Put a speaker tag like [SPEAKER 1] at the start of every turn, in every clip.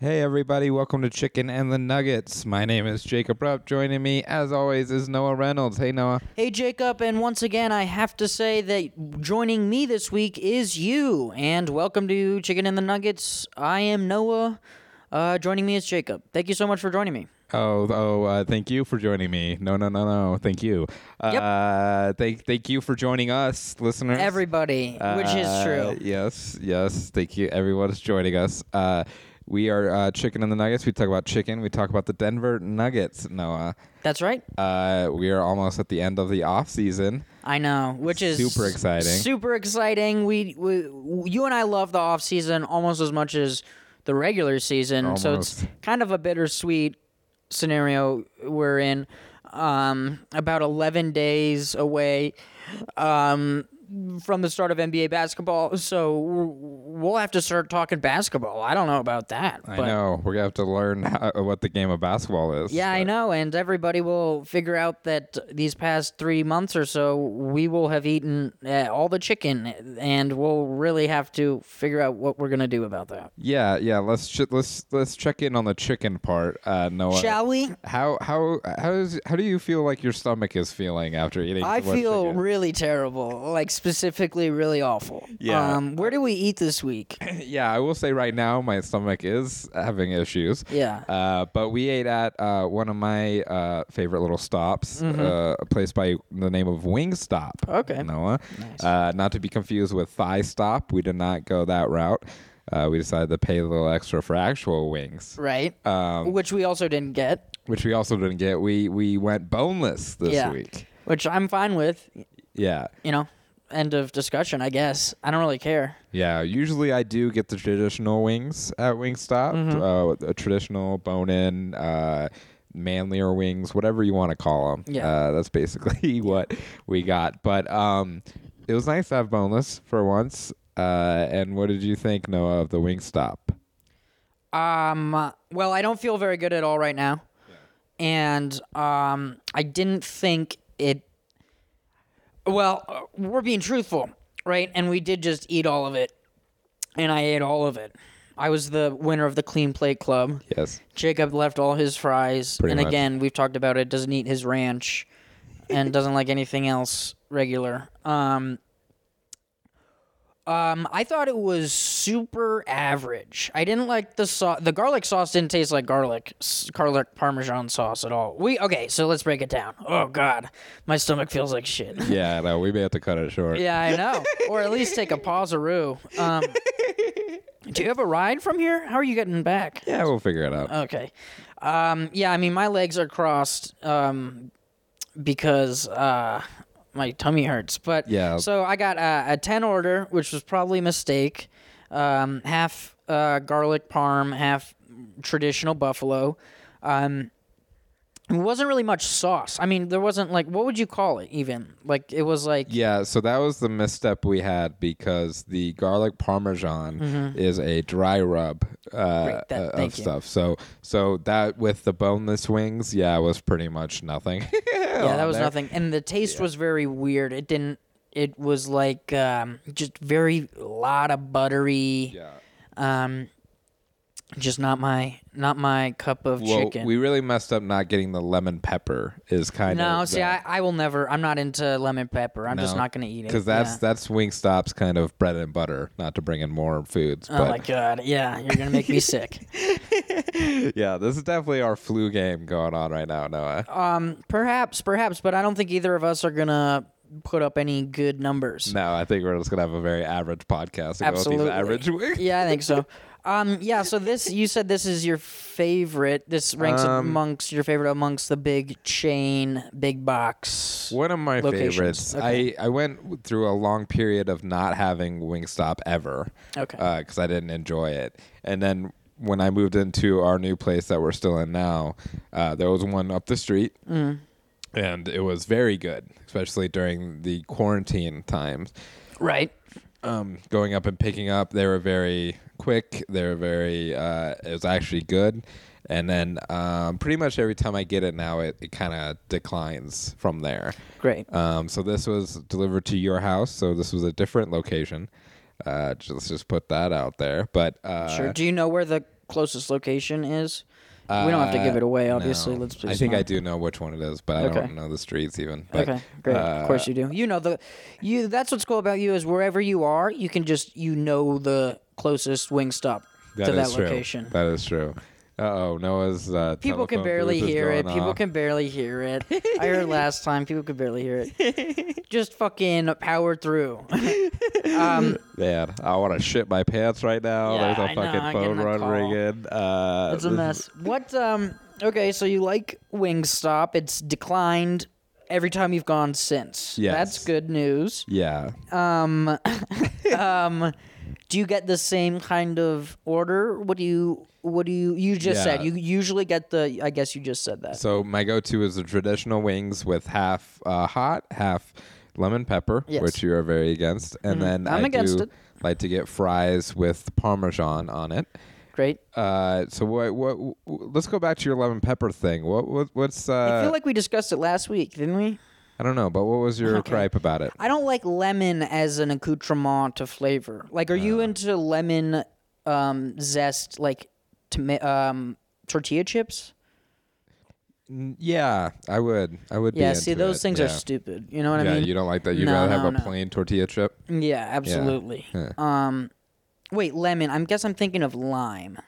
[SPEAKER 1] Hey everybody, welcome to Chicken and the Nuggets. My name is Jacob Rupp. Joining me, as always, is Noah Reynolds. Hey Noah.
[SPEAKER 2] Hey, Jacob, and once again, I have to say that joining me this week is you, and welcome to Chicken and the Nuggets. I am Noah. Uh, joining me is Jacob. Thank you so much for joining me.
[SPEAKER 1] Oh, oh, uh, thank you for joining me. No, no, no, no. Thank you. Uh, Thank, thank you for joining us, listeners.
[SPEAKER 2] Everybody, which is
[SPEAKER 1] Uh,
[SPEAKER 2] true.
[SPEAKER 1] Yes, yes. Thank you. Everyone's joining us. Uh, we are uh, Chicken and the Nuggets. We talk about chicken. We talk about the Denver Nuggets, Noah.
[SPEAKER 2] That's right.
[SPEAKER 1] Uh, we are almost at the end of the off season.
[SPEAKER 2] I know, which is
[SPEAKER 1] Super exciting.
[SPEAKER 2] Super exciting. We, we you and I love the off season almost as much as the regular season, so it's
[SPEAKER 1] Almost.
[SPEAKER 2] kind of a bittersweet scenario we're in. Um, about eleven days away um, from the start of NBA basketball, so we're- we'll have to start talking basketball. I don't know about that.
[SPEAKER 1] I
[SPEAKER 2] but
[SPEAKER 1] know we're gonna have to learn how, what the game of basketball is.
[SPEAKER 2] yeah, I know. And everybody will figure out that these past three months or so, we will have eaten uh, all the chicken, and we'll really have to figure out what we're gonna do about that.
[SPEAKER 1] Yeah, yeah. Let's ch- let's let's check in on the chicken part, uh, Noah.
[SPEAKER 2] Shall we?
[SPEAKER 1] how how how is how do you feel like your stomach is feeling after eating?
[SPEAKER 2] I
[SPEAKER 1] so much
[SPEAKER 2] feel
[SPEAKER 1] chicken?
[SPEAKER 2] really terrible, like specifically really awful.
[SPEAKER 1] Yeah.
[SPEAKER 2] Um, where do we eat this week?
[SPEAKER 1] yeah. I will say right now, my stomach is having issues.
[SPEAKER 2] Yeah.
[SPEAKER 1] Uh, but we ate at uh, one of my uh, favorite little stops, uh, a place by the name of Wingstop.
[SPEAKER 2] Mm-hmm. Okay.
[SPEAKER 1] Noah. Uh, not to be confused with Thigh Stop. We did not go that route. Uh, we decided to pay a little extra for actual wings.
[SPEAKER 2] Right. Um, Which we also didn't get.
[SPEAKER 1] which we also didn't get. We we went boneless this
[SPEAKER 2] Yeah.
[SPEAKER 1] week.
[SPEAKER 2] Which I'm fine with.
[SPEAKER 1] Yeah,
[SPEAKER 2] You know. End of discussion. I guess I don't really care.
[SPEAKER 1] yeah. Usually I do get the traditional wings at Wingstop,
[SPEAKER 2] Mm-hmm.
[SPEAKER 1] uh, a traditional bone-in, uh, manlier wings, whatever you want to call them.
[SPEAKER 2] Yeah.
[SPEAKER 1] uh, that's basically what we got. But um, it was nice to have boneless for once. Uh, and what did you think, Noah, of the Wingstop?
[SPEAKER 2] Um, well, I don't feel very good at all right now. And um, I didn't think it. Well, uh, we're being truthful, right? And we did just eat all of it. And I ate all of it. I was the winner of the Clean Plate Club.
[SPEAKER 1] Yes.
[SPEAKER 2] Jacob left all his fries.
[SPEAKER 1] Pretty
[SPEAKER 2] and
[SPEAKER 1] much.
[SPEAKER 2] again, we've talked about it, doesn't eat his ranch and doesn't like anything else regular. Um um, I thought it was super average. I didn't like the sauce. The garlic sauce didn't taste like garlic, s- garlic parmesan sauce at all. We okay, so let's break it down. Oh God, my stomach feels like shit.
[SPEAKER 1] Yeah, no, we may have to cut it short.
[SPEAKER 2] yeah, I know. Or at least take a pauseroo. Um, do you have a ride from here? How are you getting back?
[SPEAKER 1] Yeah, we'll figure it out.
[SPEAKER 2] Okay. Um, yeah, I mean, my legs are crossed um, because uh, my tummy hurts. But
[SPEAKER 1] Yeah.
[SPEAKER 2] so I got uh, a 10 order, which was probably a mistake. Um, half uh, garlic parm, half traditional buffalo. Um, it wasn't really much sauce. I mean, there wasn't like, what would you call it even? Like, it was like,
[SPEAKER 1] Yeah, so that was the misstep we had because the garlic parmesan is a dry rub uh,
[SPEAKER 2] Right, Mm-hmm. that-
[SPEAKER 1] uh, of
[SPEAKER 2] thank you.
[SPEAKER 1] stuff. So, so that with the boneless wings, yeah, was pretty much nothing.
[SPEAKER 2] yeah, that was
[SPEAKER 1] Oh, there.
[SPEAKER 2] nothing. And the taste was very weird. It didn't, it was like um, just very, lot of buttery.
[SPEAKER 1] yeah.
[SPEAKER 2] Um, just not my not my cup of
[SPEAKER 1] Well,
[SPEAKER 2] chicken.
[SPEAKER 1] we really messed up not getting the lemon pepper. Is kind of
[SPEAKER 2] no, see, I, I will never. I'm not into lemon pepper. I'm just not gonna eat it
[SPEAKER 1] because that's
[SPEAKER 2] Yeah.
[SPEAKER 1] that's Wingstop's kind of bread and butter. Not to bring in more foods,
[SPEAKER 2] Oh
[SPEAKER 1] but
[SPEAKER 2] my god! Yeah, you're gonna make me sick.
[SPEAKER 1] yeah, this is definitely our flu game going on right now, Noah.
[SPEAKER 2] Perhaps, perhaps, but I don't think either of us are gonna put up any good numbers.
[SPEAKER 1] no, I think we're just gonna have a very average podcast. and go with these
[SPEAKER 2] Absolutely,
[SPEAKER 1] average wings.
[SPEAKER 2] yeah, I think so. Um, yeah. So this, you said this is your favorite. This ranks
[SPEAKER 1] Um,
[SPEAKER 2] amongst your favorite amongst the big chain, big box.
[SPEAKER 1] One of my
[SPEAKER 2] locations.
[SPEAKER 1] favorites.
[SPEAKER 2] Okay.
[SPEAKER 1] I, I went through a long period of not having Wingstop ever.
[SPEAKER 2] Okay.
[SPEAKER 1] Because I didn't enjoy it. And then when I moved into our new place that we're still in now, uh, there was one up the street.
[SPEAKER 2] Mm.
[SPEAKER 1] And it was very good, especially during the quarantine times.
[SPEAKER 2] Right.
[SPEAKER 1] Um, going up and picking up, they were very quick. They were very, uh, it was actually good. And then um, pretty much every time I get it now, it, it kind of declines from there.
[SPEAKER 2] Great.
[SPEAKER 1] Um, so this was delivered to your house. So this was a different location. Uh, just, let's just put that out there. But uh,
[SPEAKER 2] Sure. Do you know where the closest location is? we don't have to give it away,
[SPEAKER 1] Uh,
[SPEAKER 2] obviously.
[SPEAKER 1] no.
[SPEAKER 2] Let's please.
[SPEAKER 1] I think
[SPEAKER 2] not.
[SPEAKER 1] I do know which one it is, but I
[SPEAKER 2] Okay.
[SPEAKER 1] don't know the streets even. But,
[SPEAKER 2] okay, great.
[SPEAKER 1] uh,
[SPEAKER 2] of course you do. You know the you. That's what's cool about you is wherever you are, you can just you know the closest wing stop
[SPEAKER 1] that
[SPEAKER 2] to that
[SPEAKER 1] is true.
[SPEAKER 2] location.
[SPEAKER 1] That is true. Uh oh, Noah's. Uh,
[SPEAKER 2] People can
[SPEAKER 1] telephone
[SPEAKER 2] barely
[SPEAKER 1] booth is
[SPEAKER 2] hear it.
[SPEAKER 1] going
[SPEAKER 2] People
[SPEAKER 1] off.
[SPEAKER 2] can barely hear it. I heard last time people could barely hear it. Just fucking power through. um,
[SPEAKER 1] Man, I want to shit my pants right now.
[SPEAKER 2] Yeah,
[SPEAKER 1] There's
[SPEAKER 2] I
[SPEAKER 1] a
[SPEAKER 2] know,
[SPEAKER 1] fucking
[SPEAKER 2] I'm
[SPEAKER 1] phone
[SPEAKER 2] getting a
[SPEAKER 1] run
[SPEAKER 2] call.
[SPEAKER 1] ringing. Uh,
[SPEAKER 2] it's a
[SPEAKER 1] this-
[SPEAKER 2] mess. What? Um. Okay, so you like Wingstop? It's declined every time you've gone since.
[SPEAKER 1] Yes.
[SPEAKER 2] That's good news.
[SPEAKER 1] Yeah.
[SPEAKER 2] Um. um. Do you get the same kind of order? What do you? What do you? You just said
[SPEAKER 1] Yeah.
[SPEAKER 2] you usually get the. I guess you just said that.
[SPEAKER 1] So my go-to is the traditional wings with half uh, hot, half lemon pepper,
[SPEAKER 2] Yes. Mm-hmm.
[SPEAKER 1] which you are very against, and then
[SPEAKER 2] I'm
[SPEAKER 1] I
[SPEAKER 2] against
[SPEAKER 1] do
[SPEAKER 2] it.
[SPEAKER 1] like to get fries with parmesan on it.
[SPEAKER 2] Great.
[SPEAKER 1] Uh, so what? What? w- w- Let's go back to your lemon pepper thing. What? what what's? Uh,
[SPEAKER 2] I feel like we discussed it last week, didn't we?
[SPEAKER 1] I don't know, but what was your
[SPEAKER 2] Okay.
[SPEAKER 1] gripe about it?
[SPEAKER 2] I don't like lemon as an accoutrement to flavor. Like, are you into lemon um, zest, like toma- um, tortilla chips?
[SPEAKER 1] N- Yeah, I would. I would.
[SPEAKER 2] Yeah,
[SPEAKER 1] be
[SPEAKER 2] see,
[SPEAKER 1] into
[SPEAKER 2] those
[SPEAKER 1] it,
[SPEAKER 2] things
[SPEAKER 1] yeah.
[SPEAKER 2] are stupid. You know what
[SPEAKER 1] yeah,
[SPEAKER 2] I mean?
[SPEAKER 1] you don't like that. You'd
[SPEAKER 2] No,
[SPEAKER 1] rather have
[SPEAKER 2] no,
[SPEAKER 1] a
[SPEAKER 2] no.
[SPEAKER 1] plain tortilla chip.
[SPEAKER 2] yeah, absolutely. Um, wait, lemon. I guess I'm thinking of lime.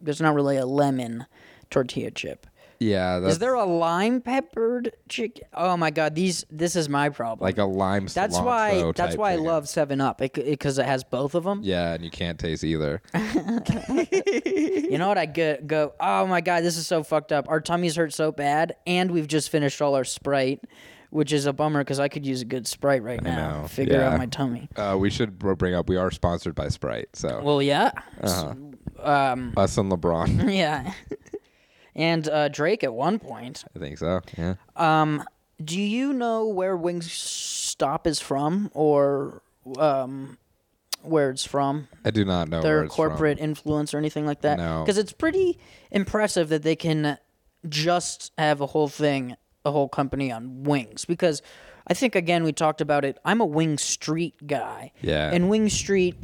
[SPEAKER 2] There's not really a lemon tortilla chip.
[SPEAKER 1] Yeah, that's
[SPEAKER 2] Is there a lime peppered chicken? Oh my god, these. This is my problem.
[SPEAKER 1] like a lime.
[SPEAKER 2] that's
[SPEAKER 1] cilantro
[SPEAKER 2] why. That's
[SPEAKER 1] type
[SPEAKER 2] why I
[SPEAKER 1] thing.
[SPEAKER 2] love Seven Up because it, 'cause it has both of them.
[SPEAKER 1] Yeah, and you can't taste either.
[SPEAKER 2] You know what I go, go, oh my God, this is so fucked up. Our tummies hurt so bad, and we've just finished all our Sprite, which is a bummer because I could use a good Sprite right now.
[SPEAKER 1] know,
[SPEAKER 2] Figure out
[SPEAKER 1] yeah.
[SPEAKER 2] my tummy.
[SPEAKER 1] Uh, we should br- bring up we are sponsored by Sprite, so
[SPEAKER 2] Well, yeah. S- Um,
[SPEAKER 1] us and LeBron.
[SPEAKER 2] yeah. and uh, Drake at one point.
[SPEAKER 1] I think so. Yeah.
[SPEAKER 2] Um, do you know where Wingstop is from or um, where it's from?
[SPEAKER 1] I do not know where
[SPEAKER 2] their
[SPEAKER 1] it's from.
[SPEAKER 2] corporate influence or anything like that.
[SPEAKER 1] No.
[SPEAKER 2] Because it's pretty impressive that they can just have a whole thing, a whole company on wings. Because I think, again, we talked about it. I'm a Wing Street guy.
[SPEAKER 1] Yeah.
[SPEAKER 2] And Wing Street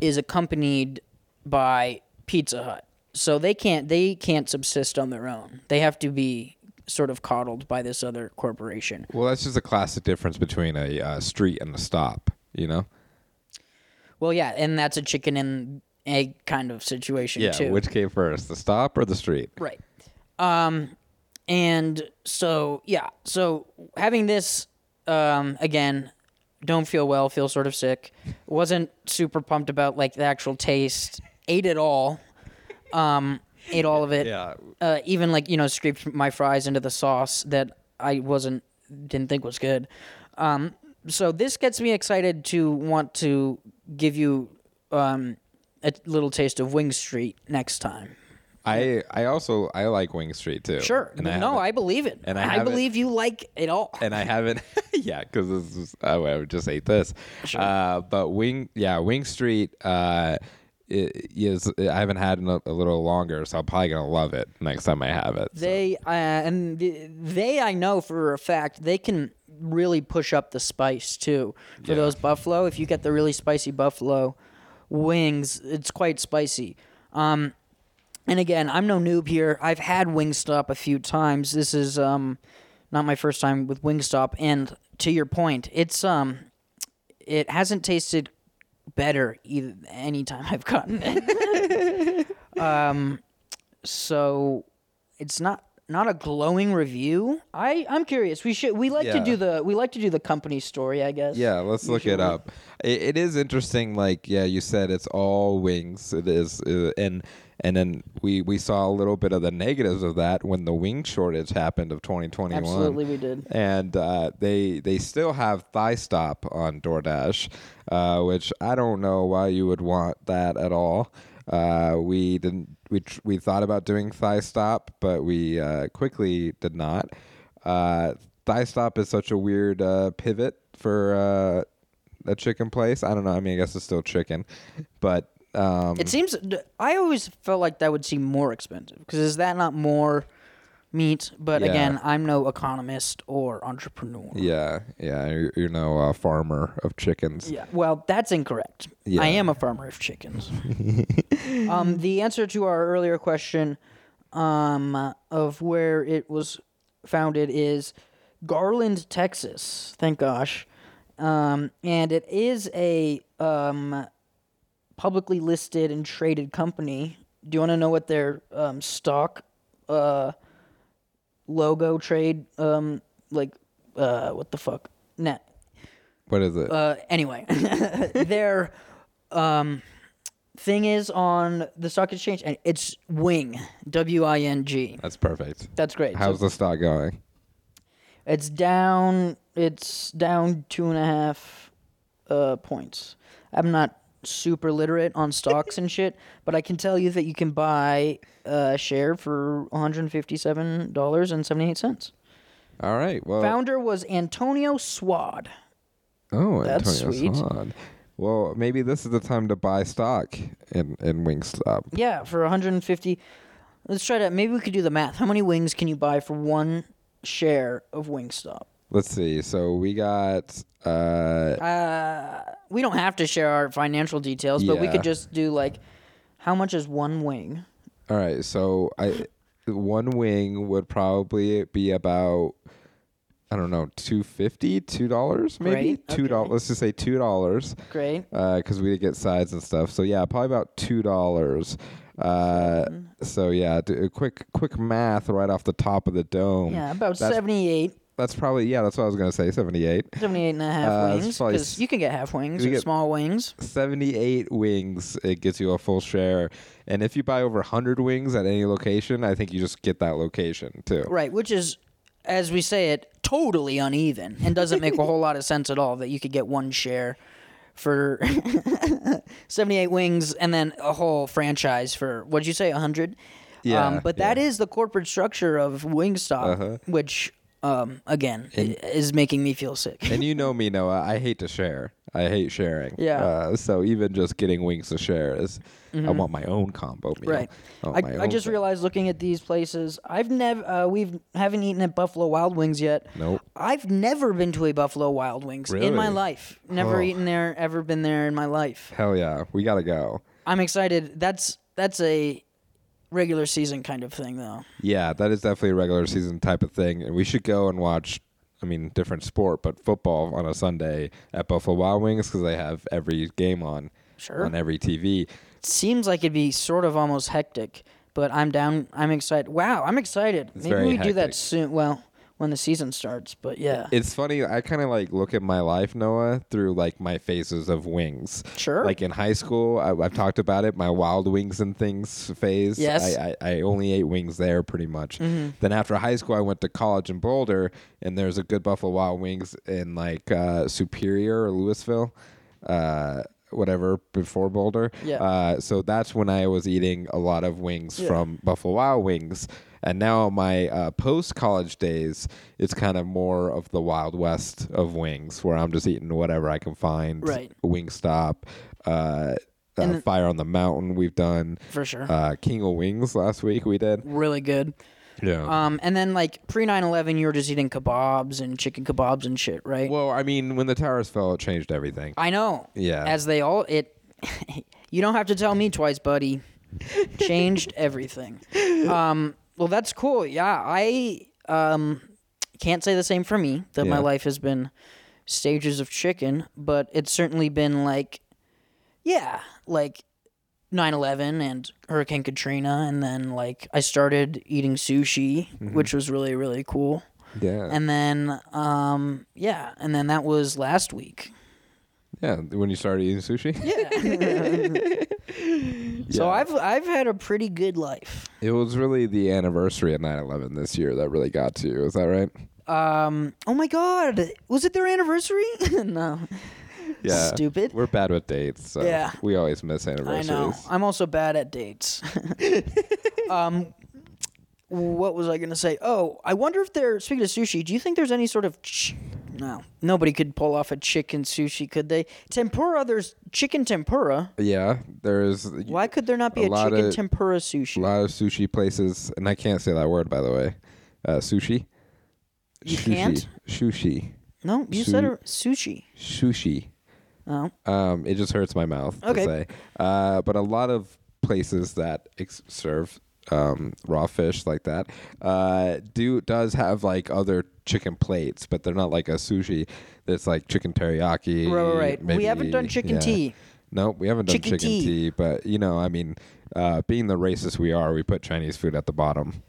[SPEAKER 2] is accompanied by Pizza Hut. So they can't they can't subsist on their own. They have to be sort of coddled by this other corporation.
[SPEAKER 1] Well, that's just a classic difference between a uh, street and a stop. You know.
[SPEAKER 2] Well, yeah, and that's a chicken and egg kind of situation
[SPEAKER 1] Yeah.
[SPEAKER 2] too.
[SPEAKER 1] Which came first, the stop or the street?
[SPEAKER 2] Right. Um, and so yeah, so having this um again, don't feel well, feel sort of sick. Wasn't super pumped about like the actual taste. Ate it all. Um, ate all of it.
[SPEAKER 1] Yeah.
[SPEAKER 2] Uh, even like you know, scraped my fries into the sauce that I wasn't didn't think was good. Um, so this gets me excited to want to give you um a little taste of Wing Street next time.
[SPEAKER 1] I I also I like Wing Street too.
[SPEAKER 2] Sure.
[SPEAKER 1] And I
[SPEAKER 2] no,
[SPEAKER 1] haven't-
[SPEAKER 2] I believe it.
[SPEAKER 1] and I
[SPEAKER 2] I,
[SPEAKER 1] haven't-
[SPEAKER 2] believe you like it all.
[SPEAKER 1] and I haven't, yeah, because this is oh, I would just ate this. Uh, but Wing, yeah, Wing Street uh, i- is I haven't had in a, a little longer, so I'm probably gonna love it next time I have it. so.
[SPEAKER 2] They uh, and th- they, I know for a fact, they can really push up the spice too for those buffalo. If you get the really spicy buffalo wings, it's quite spicy. Um, and again, I'm no noob here. I've had Wingstop a few times. This is um, not my first time with Wingstop. And to your point, it's um, it hasn't tasted better either any time I've gotten it. Um, so it's not not a glowing review. I I'm curious. We should we like to
[SPEAKER 1] Yeah.
[SPEAKER 2] do the we like to do the company story, I guess.
[SPEAKER 1] Yeah, let's look it up. It, it is interesting. Like, yeah, you said it's all wings. It is, uh, and and then we we saw a little bit of the negatives of that when the wing shortage happened of 2021.
[SPEAKER 2] Absolutely, we did.
[SPEAKER 1] And uh, they they still have thigh stop on DoorDash, uh, which I don't know why you would want that at all. Uh, we didn't. We tr- we thought about doing thigh stop, but we uh, quickly did not. Uh, thigh stop is such a weird uh, pivot for uh, a chicken place. I don't know. I mean, I guess it's still chicken, but um,
[SPEAKER 2] It seems I always felt like that would seem more expensive because is that not more meat. But
[SPEAKER 1] Yeah.
[SPEAKER 2] again, I'm no economist or entrepreneur.
[SPEAKER 1] Yeah, yeah. You're, you're no uh, farmer of chickens.
[SPEAKER 2] Yeah. Well, that's incorrect.
[SPEAKER 1] Yeah.
[SPEAKER 2] I am a farmer of chickens. um, the answer to our earlier question um, of where it was founded is Garland, Texas. Thank gosh. Um, and it is a um, publicly listed and traded company. Do you want to know what their um, stock uh, logo trade um, like uh, what the fuck? Nah,
[SPEAKER 1] What is it?
[SPEAKER 2] uh, anyway, their um, thing is on the stock exchange, and it's Wing, W I N G.
[SPEAKER 1] That's perfect.
[SPEAKER 2] That's great. So
[SPEAKER 1] How's the stock going?
[SPEAKER 2] it's down. It's down two and a half uh, points. I'm not super literate on stocks and shit, but I can tell you that you can buy uh, a share for 157 dollars and 78 cents.
[SPEAKER 1] All right. Well,
[SPEAKER 2] Founder was Antonio Swad.
[SPEAKER 1] oh,
[SPEAKER 2] that's
[SPEAKER 1] Antonio
[SPEAKER 2] sweet.
[SPEAKER 1] Swan. Well, maybe this is the time to buy stock in in Wingstop.
[SPEAKER 2] Yeah, for 150. Let's try to. Maybe we could do the math. How many wings can you buy for one share of Wingstop?
[SPEAKER 1] Let's see. So we got uh
[SPEAKER 2] We don't have to share our financial details, but we
[SPEAKER 1] Yeah.
[SPEAKER 2] could just do like, how much is one wing?
[SPEAKER 1] all right, so I one wing would probably be about I don't know, two fifty, two dollars maybe?
[SPEAKER 2] Great,
[SPEAKER 1] Two dollars
[SPEAKER 2] okay.
[SPEAKER 1] let's just say two dollars.
[SPEAKER 2] Great.
[SPEAKER 1] because we did get sides and stuff. So yeah, probably about two dollars. Uh, so yeah, do a quick quick math right off the top of the dome.
[SPEAKER 2] Yeah, about
[SPEAKER 1] that's,
[SPEAKER 2] 78,
[SPEAKER 1] That's probably yeah. That's what I was gonna say. Seventy-eight.
[SPEAKER 2] 78 and a half
[SPEAKER 1] Uh, it's
[SPEAKER 2] wings.
[SPEAKER 1] probably
[SPEAKER 2] Because
[SPEAKER 1] s-
[SPEAKER 2] you can get half wings
[SPEAKER 1] we
[SPEAKER 2] or
[SPEAKER 1] get-
[SPEAKER 2] small wings.
[SPEAKER 1] 78 wings it gets you a full share and if you buy over 100 wings at any location i think you just get that location too
[SPEAKER 2] Right, which is, as we say it, totally uneven and doesn't make a whole lot of sense at all that you could get one share for 78 wings and then a whole franchise for, what'd you say, 100?
[SPEAKER 1] Yeah, Uh-huh.
[SPEAKER 2] but that is the corporate structure of Wingstop, which, um, again, i is making me feel sick.
[SPEAKER 1] and you know me noah i hate to share i hate sharing
[SPEAKER 2] Yeah. Mm-hmm.
[SPEAKER 1] uh, so even just getting wings to share is i want my own combo meal
[SPEAKER 2] Right.
[SPEAKER 1] want
[SPEAKER 2] I,
[SPEAKER 1] Oh, my
[SPEAKER 2] I
[SPEAKER 1] own
[SPEAKER 2] just
[SPEAKER 1] thing.
[SPEAKER 2] realized looking at these places, I've never uh, we've haven't eaten at Buffalo Wild Wings yet.
[SPEAKER 1] Nope.
[SPEAKER 2] I've never been to a Buffalo Wild Wings in
[SPEAKER 1] Really?
[SPEAKER 2] my life. Never
[SPEAKER 1] Oh.
[SPEAKER 2] eaten there, ever been there in my life.
[SPEAKER 1] hell yeah we gotta go
[SPEAKER 2] I'm excited. That's that's a regular season kind of thing though.
[SPEAKER 1] yeah that is definitely a regular season type of thing and we should go and watch I mean, different sport, but football on a Sunday at Buffalo Wild Wings because they have every game on
[SPEAKER 2] Sure.
[SPEAKER 1] on every TV.
[SPEAKER 2] It seems like it'd be sort of almost hectic, but I'm down I'm excited. Wow, I'm excited. Maybe
[SPEAKER 1] very
[SPEAKER 2] we do
[SPEAKER 1] hectic.
[SPEAKER 2] that soon. Well, when the season starts, but yeah.
[SPEAKER 1] it's funny i kind of like look at my life noah through like my phases of wings
[SPEAKER 2] Sure.
[SPEAKER 1] like in high school I, i've talked about it my wild wings and things phase
[SPEAKER 2] Yes. Mm-hmm.
[SPEAKER 1] i, I, I only ate wings there pretty much then after high school i went to college in boulder and there's a good buffalo wild wings in like uh, superior or louisville uh, whatever before boulder
[SPEAKER 2] Yeah.
[SPEAKER 1] uh, so that's when i was eating a lot of wings from buffalo wild wings and now my uh, post college days, it's kind of more of the wild west of wings, where I'm just eating whatever I can find.
[SPEAKER 2] Right.
[SPEAKER 1] Wingstop, uh, uh, Fire on the Mountain. We've done
[SPEAKER 2] For sure.
[SPEAKER 1] Uh, King of Wings last week. We did.
[SPEAKER 2] really good.
[SPEAKER 1] Yeah.
[SPEAKER 2] Um, and then like pre 9-11, you were just eating kebabs and chicken kebabs and shit, right?
[SPEAKER 1] well, I mean, when the towers fell, it changed everything.
[SPEAKER 2] I know.
[SPEAKER 1] Yeah.
[SPEAKER 2] Uh, As they all it. you don't have to tell me twice, buddy. Changed everything. Um. Well, that's cool. Yeah, I um can't say the same for me that
[SPEAKER 1] Yeah.
[SPEAKER 2] my life has been stages of chicken, but it's certainly been like, yeah, like. 9/11 and Hurricane Katrina and then like I started eating sushi
[SPEAKER 1] Mm-hmm.
[SPEAKER 2] which was really really cool.
[SPEAKER 1] yeah.
[SPEAKER 2] And then um yeah, and then that was last week.
[SPEAKER 1] yeah. When you started eating sushi,
[SPEAKER 2] So
[SPEAKER 1] Yeah.
[SPEAKER 2] I've I've had a pretty good life.
[SPEAKER 1] it was really the anniversary of 9 11 this year that really got to you. Is that right?
[SPEAKER 2] Um. Oh my God, was it their anniversary? no.
[SPEAKER 1] Yeah.
[SPEAKER 2] Stupid.
[SPEAKER 1] We're bad with dates. So
[SPEAKER 2] Yeah.
[SPEAKER 1] We always miss
[SPEAKER 2] I
[SPEAKER 1] anniversaries.
[SPEAKER 2] know. I'm also bad at dates. um. What was I gonna say? Oh, I wonder if they're speaking of sushi. Do you think there's any sort of ch- no? Nobody could pull off a chicken sushi, could they? Tempura, there's chicken tempura.
[SPEAKER 1] Yeah, there's
[SPEAKER 2] Why could there not be
[SPEAKER 1] A
[SPEAKER 2] a,
[SPEAKER 1] lot
[SPEAKER 2] chicken
[SPEAKER 1] of-
[SPEAKER 2] tempura
[SPEAKER 1] a
[SPEAKER 2] sushi?
[SPEAKER 1] lot of sushi places, and I can't say that word by the way. uh, sushi.
[SPEAKER 2] You
[SPEAKER 1] sushi.
[SPEAKER 2] can't?
[SPEAKER 1] Sushi.
[SPEAKER 2] No, you
[SPEAKER 1] Su-
[SPEAKER 2] said a- sushi.
[SPEAKER 1] Sushi.
[SPEAKER 2] Oh,
[SPEAKER 1] Um, it just hurts my mouth
[SPEAKER 2] Okay.
[SPEAKER 1] to say. Uh, but a lot of places that ex- serve um, raw fish like that uh, do does have like other chicken plates, but they're not like a sushi. It's like chicken teriyaki.
[SPEAKER 2] Right, right, right. We haven't done chicken tea.
[SPEAKER 1] Nope, we haven't done
[SPEAKER 2] Chicken
[SPEAKER 1] chicken,
[SPEAKER 2] tea.
[SPEAKER 1] tea. But you know, I mean, uh, being the racist we are, we put Chinese food at the bottom.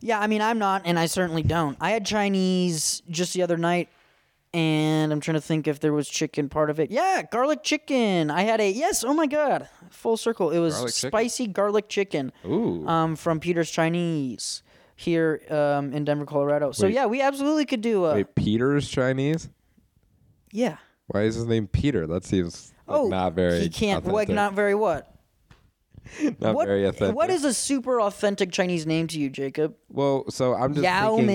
[SPEAKER 2] yeah. I mean, I'm not, and I certainly don't. I had Chinese just the other night, and I'm trying to think if there was chicken part of it. Yeah, garlic chicken. I had a yes. Oh my god, full circle. It was
[SPEAKER 1] Garlic chicken?
[SPEAKER 2] spicy garlic chicken.
[SPEAKER 1] Ooh.
[SPEAKER 2] Um, from Peter's Chinese here um in Denver, Colorado. So
[SPEAKER 1] Wait.
[SPEAKER 2] yeah, we absolutely could do. Uh,
[SPEAKER 1] Wait, Peter's Chinese.
[SPEAKER 2] yeah.
[SPEAKER 1] Why is his name Peter? That seems like, not very.
[SPEAKER 2] Oh, He can't. Like
[SPEAKER 1] authentic.
[SPEAKER 2] not very what?
[SPEAKER 1] Not
[SPEAKER 2] what,
[SPEAKER 1] very authentic.
[SPEAKER 2] what is a super authentic Chinese name to you, Jacob?
[SPEAKER 1] Well, so I'm just
[SPEAKER 2] Yao
[SPEAKER 1] thinking-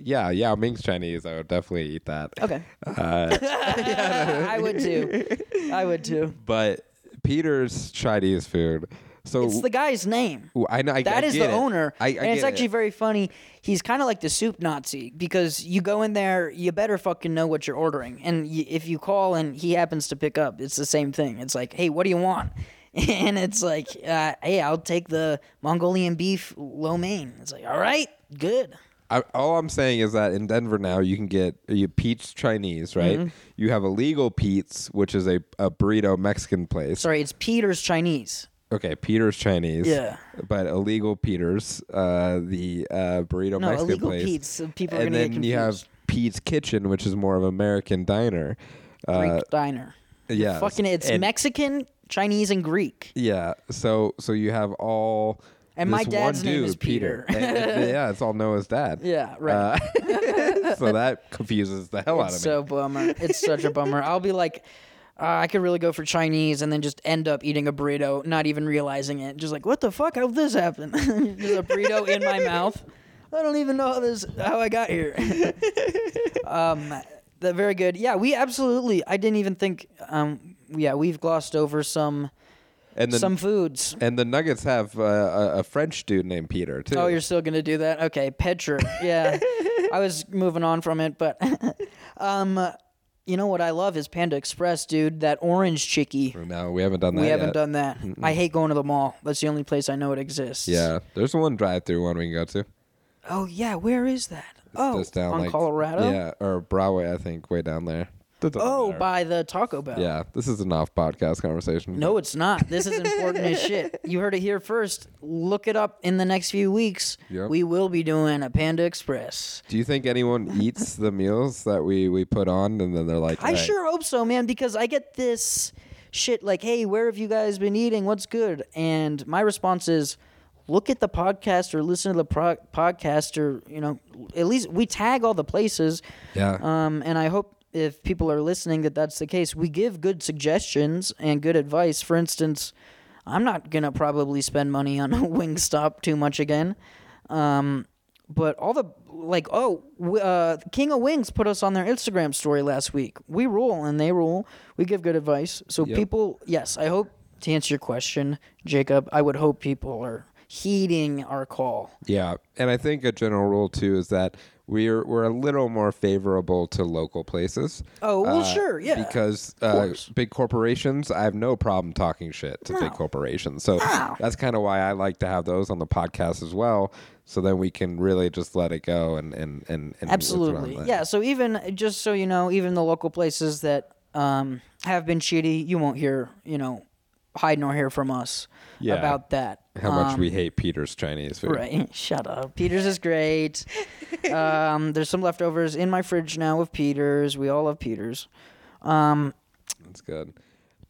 [SPEAKER 1] yeah, Yao Ming's Chinese. I would definitely eat that.
[SPEAKER 2] Okay.
[SPEAKER 1] Uh,
[SPEAKER 2] I would too. I would too.
[SPEAKER 1] But Peter's Chinese food. So
[SPEAKER 2] It's the guy's name.
[SPEAKER 1] Ooh, I know I,
[SPEAKER 2] That
[SPEAKER 1] I
[SPEAKER 2] is
[SPEAKER 1] get
[SPEAKER 2] the
[SPEAKER 1] it.
[SPEAKER 2] owner.
[SPEAKER 1] I, I
[SPEAKER 2] and it's
[SPEAKER 1] get
[SPEAKER 2] actually
[SPEAKER 1] it.
[SPEAKER 2] very funny. He's kind of like the soup Nazi because you go in there, you better fucking know what you're ordering. And y- if you call and he happens to pick up, it's the same thing. It's like, hey, what do you want? And it's like, uh, hey, I'll take the Mongolian beef lo mein. It's like, all right, good.
[SPEAKER 1] I, all I'm saying is that in Denver now you can get uh, you Pete's Chinese, right?
[SPEAKER 2] Mm-hmm.
[SPEAKER 1] You have illegal Pete's, which is a, a burrito Mexican place.
[SPEAKER 2] Sorry, it's Peter's Chinese.
[SPEAKER 1] Okay, Peter's Chinese.
[SPEAKER 2] Yeah.
[SPEAKER 1] But illegal Peter's, uh, the uh, burrito
[SPEAKER 2] No,
[SPEAKER 1] Mexican
[SPEAKER 2] illegal
[SPEAKER 1] place.
[SPEAKER 2] Pete's, so people are
[SPEAKER 1] and
[SPEAKER 2] gonna get
[SPEAKER 1] then you have
[SPEAKER 2] confused.
[SPEAKER 1] Pete's Kitchen, which is more of American diner. Uh,
[SPEAKER 2] Greek diner.
[SPEAKER 1] yeah,
[SPEAKER 2] Fucking, it's
[SPEAKER 1] and-
[SPEAKER 2] Mexican, Chinese, and Greek.
[SPEAKER 1] Yeah. So so you have all
[SPEAKER 2] And my
[SPEAKER 1] this
[SPEAKER 2] dad's
[SPEAKER 1] one
[SPEAKER 2] name is
[SPEAKER 1] dude, Peter.
[SPEAKER 2] Peter.
[SPEAKER 1] And- and- yeah, it's all Noah's dad. Uh,
[SPEAKER 2] Yeah, right.
[SPEAKER 1] so that confuses the hell out
[SPEAKER 2] it's
[SPEAKER 1] of
[SPEAKER 2] so bummer. It's such a bummer. I'll be like, uh, I could really go for Chinese, and then just end up eating a burrito, not even realizing it. Just like, what the fuck? How did this happen? There's a burrito in my mouth. I don't even know how this, how I got here. um, that very good. Yeah, we absolutely. I didn't even think. Um, yeah, we've glossed over some
[SPEAKER 1] me. And the
[SPEAKER 2] some foods.
[SPEAKER 1] and the Nuggets have uh, a, a French dude named Peter too.
[SPEAKER 2] Oh, you're still gonna do that? Okay, Petra. Yeah, I was moving on from it, but um, uh, you know what I love is Panda Express, dude. That orange chicky.
[SPEAKER 1] no, we haven't done that.
[SPEAKER 2] We haven't
[SPEAKER 1] yet.
[SPEAKER 2] done that. I hate going to the mall. That's the only place I know it exists.
[SPEAKER 1] Yeah, there's one drive-through one we can go to.
[SPEAKER 2] Oh yeah, where is that? oh,
[SPEAKER 1] Just down
[SPEAKER 2] on
[SPEAKER 1] like,
[SPEAKER 2] Colorado.
[SPEAKER 1] Yeah, or Broadway, I think, way down there. That doesn't
[SPEAKER 2] Oh,
[SPEAKER 1] matter.
[SPEAKER 2] by the Taco Bell.
[SPEAKER 1] yeah. This is an off-podcast conversation.
[SPEAKER 2] No, it's not. This is important as shit. You heard it here first. Look it up in the next few weeks.
[SPEAKER 1] Yep.
[SPEAKER 2] We will be doing a Panda Express.
[SPEAKER 1] Do you think anyone eats the meals that we we put on, and then they're like,
[SPEAKER 2] I
[SPEAKER 1] "All right,
[SPEAKER 2] sure hope so, man, because I get this shit like, hey, where have you guys been eating? What's good? And my response is, look at the podcast or listen to the pro- podcast or, you know, at least we tag all the places.
[SPEAKER 1] Yeah.
[SPEAKER 2] Um, and I hope if people are listening that that's the case. We give good suggestions and good advice. For instance, I'm not going to probably spend money on Wingstop too much again. Um, but all the like, oh, w- uh, King of Wings put us on their Instagram story last week. We rule and they rule. We give good advice. So
[SPEAKER 1] Yep.
[SPEAKER 2] people, yes, I hope to answer your question, Jacob. I would hope people are heeding our call.
[SPEAKER 1] Yeah, and I think a general rule too is that we're we're a little more favorable to local places.
[SPEAKER 2] Oh, well, sure, yeah,
[SPEAKER 1] Because uh,
[SPEAKER 2] course.
[SPEAKER 1] big corporations, I have no problem talking shit to big corporations. So that's kind of why I like to have those on the podcast as well. So then we can really just let it go and and and, and what's wrong
[SPEAKER 2] Absolutely.
[SPEAKER 1] with it.
[SPEAKER 2] Yeah. So even just so you know, even the local places that um, have been shitty, you won't hear you know hide nor hear from us
[SPEAKER 1] Yeah.
[SPEAKER 2] about that.
[SPEAKER 1] How much we hate Peter's Chinese food.
[SPEAKER 2] Um, Right. Shut up. Peters is great. um, there's some leftovers in my fridge now of Peters. We all love Peters.
[SPEAKER 1] That's good.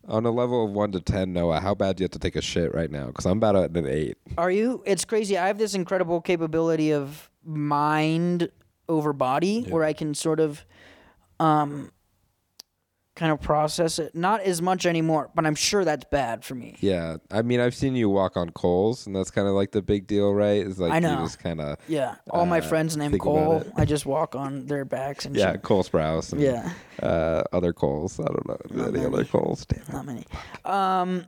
[SPEAKER 1] On a level of one to ten, Noah, how bad do you have to take a shit right now? Because I'm about at an eight.
[SPEAKER 2] Are you? It's crazy. I have this incredible capability of mind over body where I can sort of um kind of process it. Not as much anymore, but I'm sure that's bad for me.
[SPEAKER 1] Yeah, I mean, I've seen you walk on coals, and that's kind of like the big deal, right? Is like
[SPEAKER 2] I know.
[SPEAKER 1] you just kind of
[SPEAKER 2] Yeah. All my friends named
[SPEAKER 1] Uh, think about
[SPEAKER 2] Cole.
[SPEAKER 1] it.
[SPEAKER 2] I just walk on their backs and
[SPEAKER 1] yeah,
[SPEAKER 2] shit.
[SPEAKER 1] coal sprouse, and,
[SPEAKER 2] Yeah. Oh,
[SPEAKER 1] uh, other coals. I don't know any other coals. Damn it.
[SPEAKER 2] Not many. Um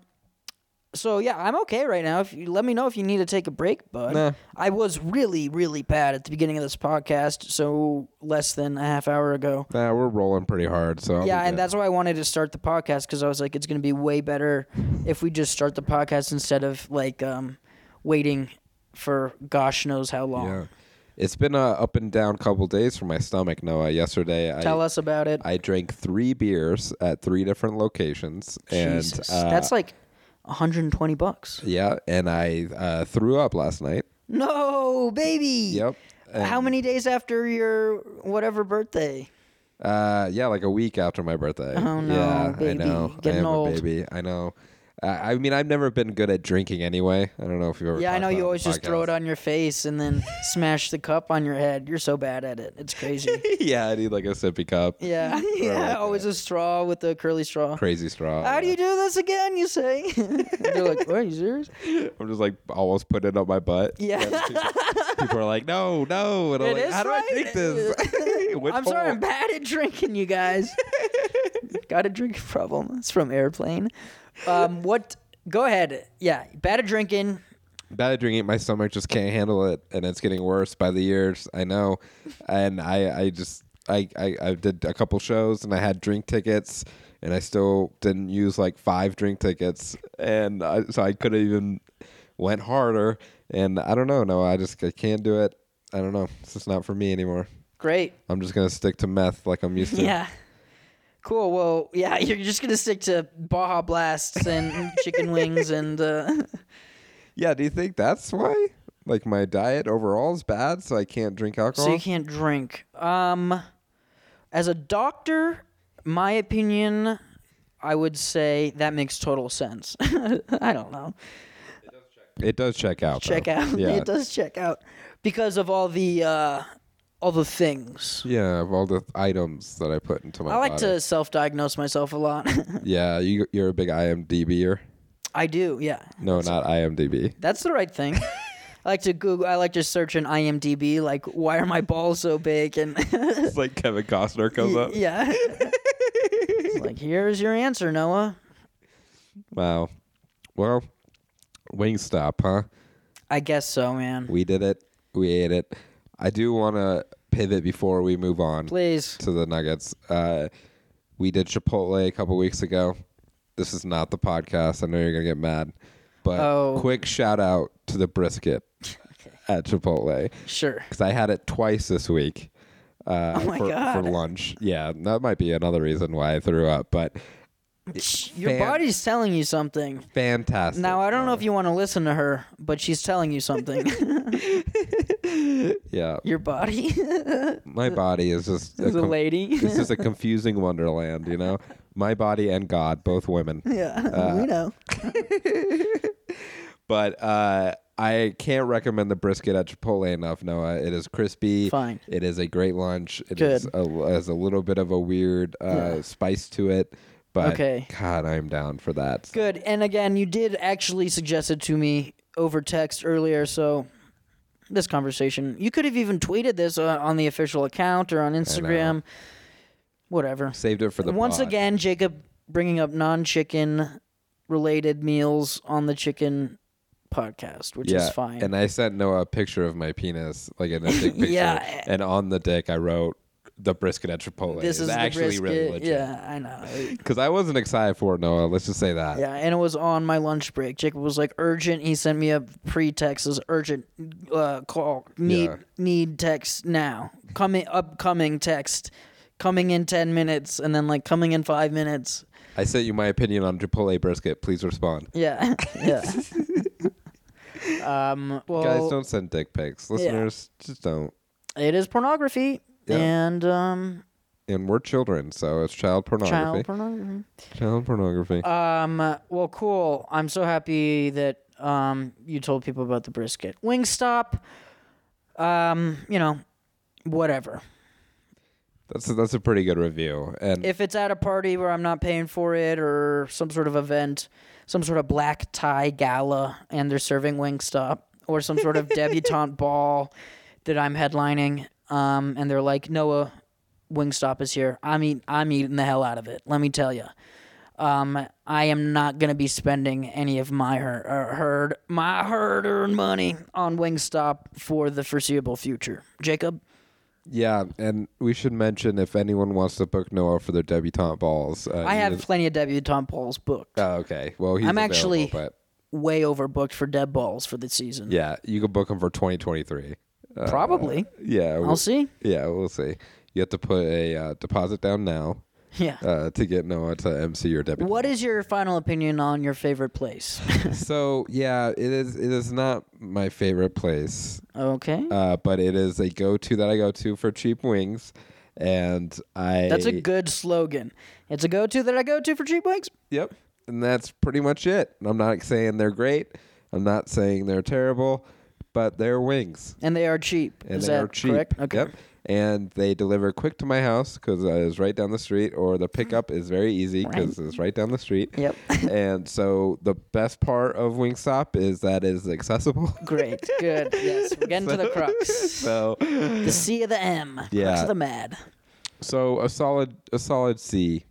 [SPEAKER 2] So yeah, I'm okay right now. If you let me know if you need to take a break, bud.
[SPEAKER 1] Nah.
[SPEAKER 2] I was really, really bad at the beginning of this podcast, so less than a half hour ago.
[SPEAKER 1] Nah, we're rolling pretty hard, so I'll
[SPEAKER 2] yeah,
[SPEAKER 1] be
[SPEAKER 2] and
[SPEAKER 1] good.
[SPEAKER 2] that's why I wanted to start the podcast because I was like, it's gonna be way better if we just start the podcast instead of like um, waiting for gosh knows how long.
[SPEAKER 1] yeah. It's been a up and down couple days for my stomach, Noah. Yesterday, I
[SPEAKER 2] Tell us about it.
[SPEAKER 1] I drank three beers at three different locations, and
[SPEAKER 2] Jesus,
[SPEAKER 1] uh,
[SPEAKER 2] that's like 120 bucks.
[SPEAKER 1] yeah, and I uh, threw up last night.
[SPEAKER 2] No, baby.
[SPEAKER 1] Yep.
[SPEAKER 2] How
[SPEAKER 1] And,
[SPEAKER 2] many days after your whatever birthday?
[SPEAKER 1] Uh, yeah, like a week after my birthday.
[SPEAKER 2] Oh, no,
[SPEAKER 1] yeah,
[SPEAKER 2] baby.
[SPEAKER 1] I know.
[SPEAKER 2] Getting
[SPEAKER 1] I am
[SPEAKER 2] old.
[SPEAKER 1] a baby. I know. Uh, I mean, I've never been good at drinking anyway. I don't know if you've ever.
[SPEAKER 2] Yeah, I
[SPEAKER 1] talked
[SPEAKER 2] know
[SPEAKER 1] about it
[SPEAKER 2] you
[SPEAKER 1] on
[SPEAKER 2] always
[SPEAKER 1] the
[SPEAKER 2] just throw
[SPEAKER 1] podcast.
[SPEAKER 2] it on your face and then smash the cup on your head. You're so bad at it. It's crazy.
[SPEAKER 1] yeah, I need like a sippy cup.
[SPEAKER 2] Yeah. yeah. Always a straw with a curly straw.
[SPEAKER 1] Crazy straw.
[SPEAKER 2] How do
[SPEAKER 1] yeah.
[SPEAKER 2] you do this again? You say. They're like, "What, are you serious?
[SPEAKER 1] I'm just like almost putting it up my butt.
[SPEAKER 2] Yeah.
[SPEAKER 1] And people, people are like, no, no. And I'm
[SPEAKER 2] It
[SPEAKER 1] like,
[SPEAKER 2] is
[SPEAKER 1] how
[SPEAKER 2] right.
[SPEAKER 1] do I drink this? Which
[SPEAKER 2] I'm sorry,
[SPEAKER 1] hole?
[SPEAKER 2] I'm bad at drinking, you guys. Got a drinking problem. It's from airplane. Um, what? Go ahead. Yeah, bad at drinking.
[SPEAKER 1] bad at drinking. My stomach just can't handle it, and it's getting worse by the years. I know, and I, I just, I, I, I did a couple shows, and I had drink tickets, and I still didn't use like five drink tickets, and I, so I could have even went harder. And I don't know, no, I just I can't do it. I don't know. It's just not for me anymore.
[SPEAKER 2] Great.
[SPEAKER 1] I'm just gonna stick to meth like I'm used to.
[SPEAKER 2] Yeah. Cool. Well, yeah, you're just gonna stick to Baja blasts and chicken wings and uh,
[SPEAKER 1] Yeah. Do you think that's why? Like my diet overall is bad, so I can't drink alcohol.
[SPEAKER 2] so you can't drink. Um, as a doctor, my opinion, I would say that makes total sense. I don't know.
[SPEAKER 1] it does check out. though.
[SPEAKER 2] Check out.
[SPEAKER 1] Oh, Yeah.
[SPEAKER 2] It does check out because of all the uh, all the things.
[SPEAKER 1] Yeah, of all the items that I put into my
[SPEAKER 2] I like
[SPEAKER 1] body.
[SPEAKER 2] to self-diagnose myself a lot.
[SPEAKER 1] Yeah, you you're a big IMDBer.
[SPEAKER 2] I do. Yeah.
[SPEAKER 1] No, not IMDb.
[SPEAKER 2] That's the right thing. I like to Google. I like to search in IMDb, like why are my balls so big? And
[SPEAKER 1] It's like Kevin Costner comes up.
[SPEAKER 2] yeah, It's like here's your answer, Noah.
[SPEAKER 1] Wow. Well, Wingstop, huh?
[SPEAKER 2] I guess so, man.
[SPEAKER 1] We did it. We ate it. I do want to pivot before we move on
[SPEAKER 2] Please,
[SPEAKER 1] to the Nuggets. Uh, we did Chipotle a couple weeks ago. This is not the podcast. I know you're gonna get mad, but
[SPEAKER 2] Oh.
[SPEAKER 1] quick shout out to the brisket at Chipotle.
[SPEAKER 2] sure.
[SPEAKER 1] because I had it twice this week uh,
[SPEAKER 2] Oh my
[SPEAKER 1] for,
[SPEAKER 2] God.
[SPEAKER 1] for lunch. Yeah, that might be another reason why I threw up, but
[SPEAKER 2] Your
[SPEAKER 1] fan-
[SPEAKER 2] body's telling you something.
[SPEAKER 1] fantastic.
[SPEAKER 2] Now I don't know if you want to listen to her, but she's telling you something.
[SPEAKER 1] yeah,
[SPEAKER 2] your body
[SPEAKER 1] my body is just
[SPEAKER 2] is a
[SPEAKER 1] com-
[SPEAKER 2] lady.
[SPEAKER 1] This is a confusing wonderland, you know. My body and God, both women.
[SPEAKER 2] yeah,
[SPEAKER 1] Uh,
[SPEAKER 2] we know.
[SPEAKER 1] But uh, I can't recommend the brisket at Chipotle enough, Noah. It is crispy.
[SPEAKER 2] Fine.
[SPEAKER 1] It is a great lunch. It is
[SPEAKER 2] Good.
[SPEAKER 1] a, has a little bit of a weird uh, spice to it, but
[SPEAKER 2] Okay.
[SPEAKER 1] God, I'm down for that.
[SPEAKER 2] Good. And again, you did actually suggest it to me over text earlier, so this conversation, you could have even tweeted this uh, on the official account or on Instagram, whatever.
[SPEAKER 1] Saved it for the
[SPEAKER 2] Once
[SPEAKER 1] pod.
[SPEAKER 2] again, Jacob bringing up non-chicken related meals on the chicken podcast, which is fine.
[SPEAKER 1] And I sent Noah a picture of my penis, like in a dick picture.
[SPEAKER 2] Yeah.
[SPEAKER 1] And on the dick, I wrote the brisket at Chipotle.
[SPEAKER 2] this is the
[SPEAKER 1] actually
[SPEAKER 2] brisket.
[SPEAKER 1] really legit.
[SPEAKER 2] Yeah, I know.
[SPEAKER 1] Because I wasn't excited for it, Noah. Let's just say that.
[SPEAKER 2] Yeah, and it was on my lunch break. Jacob was like urgent. He sent me a pre-text as urgent uh, call. Need
[SPEAKER 1] Yeah.
[SPEAKER 2] need text now. Coming upcoming text. Coming in ten minutes, and then like coming in five minutes.
[SPEAKER 1] I sent you my opinion on Chipotle brisket. Please respond.
[SPEAKER 2] Yeah, yeah. um. Well,
[SPEAKER 1] Guys, don't send dick pics. Listeners, just don't.
[SPEAKER 2] it is pornography,
[SPEAKER 1] Yeah.
[SPEAKER 2] and um,
[SPEAKER 1] And we're children, so it's child pornography.
[SPEAKER 2] child pornography.
[SPEAKER 1] Child pornography.
[SPEAKER 2] Um. uh, Well, cool. I'm so happy that um you told people about the brisket. Wingstop. Um. You know, whatever.
[SPEAKER 1] that's a, that's a pretty good review. And
[SPEAKER 2] If it's at a party where I'm not paying for it, or some sort of event, some sort of black tie gala, and they're serving Wingstop, or some sort of debutante ball that I'm headlining, um, and they're like, Noah, Wingstop is here. I'm eat- I'm eating the hell out of it. Let me tell you. um, I am not going to be spending any of my her- er, herd, my hard earned money on Wingstop for the foreseeable future. Jacob,
[SPEAKER 1] Yeah, and we should mention if anyone wants to book Noah for their debutante balls. Uh,
[SPEAKER 2] I
[SPEAKER 1] you
[SPEAKER 2] have
[SPEAKER 1] just-
[SPEAKER 2] plenty of debutante balls booked.
[SPEAKER 1] Oh, okay. Well, he's
[SPEAKER 2] I'm actually-
[SPEAKER 1] available, But
[SPEAKER 2] Way overbooked for dead balls for the season.
[SPEAKER 1] yeah, you can book him for 2023. Uh,
[SPEAKER 2] Probably.
[SPEAKER 1] Yeah.
[SPEAKER 2] I'll see.
[SPEAKER 1] Yeah, we'll see. You have to put a uh, deposit down now
[SPEAKER 2] Yeah.
[SPEAKER 1] uh, to get Noah to MC your debutante.
[SPEAKER 2] what is your final opinion on your favorite place?
[SPEAKER 1] so yeah, it is. It is not my favorite place.
[SPEAKER 2] okay.
[SPEAKER 1] uh, but it is a go-to that I go to for cheap wings, and I.
[SPEAKER 2] That's a good slogan. It's a go to that I go to for cheap wings.
[SPEAKER 1] Yep, and that's pretty much it. I'm not saying they're great. I'm not saying they're terrible, but they're wings,
[SPEAKER 2] And they are cheap.
[SPEAKER 1] and
[SPEAKER 2] Is
[SPEAKER 1] they
[SPEAKER 2] that
[SPEAKER 1] are cheap.
[SPEAKER 2] correct? Okay.
[SPEAKER 1] Yep. And they deliver quick to my house because uh, it's right down the street, or the pickup is very easy because it's right down the street.
[SPEAKER 2] Yep.
[SPEAKER 1] and so the best part of Wingstop is that it is accessible.
[SPEAKER 2] Great. Good. Yes. We're getting to the crux.
[SPEAKER 1] so
[SPEAKER 2] The C of the M. Crux
[SPEAKER 1] Yeah.
[SPEAKER 2] of the mad.
[SPEAKER 1] So a solid a solid C,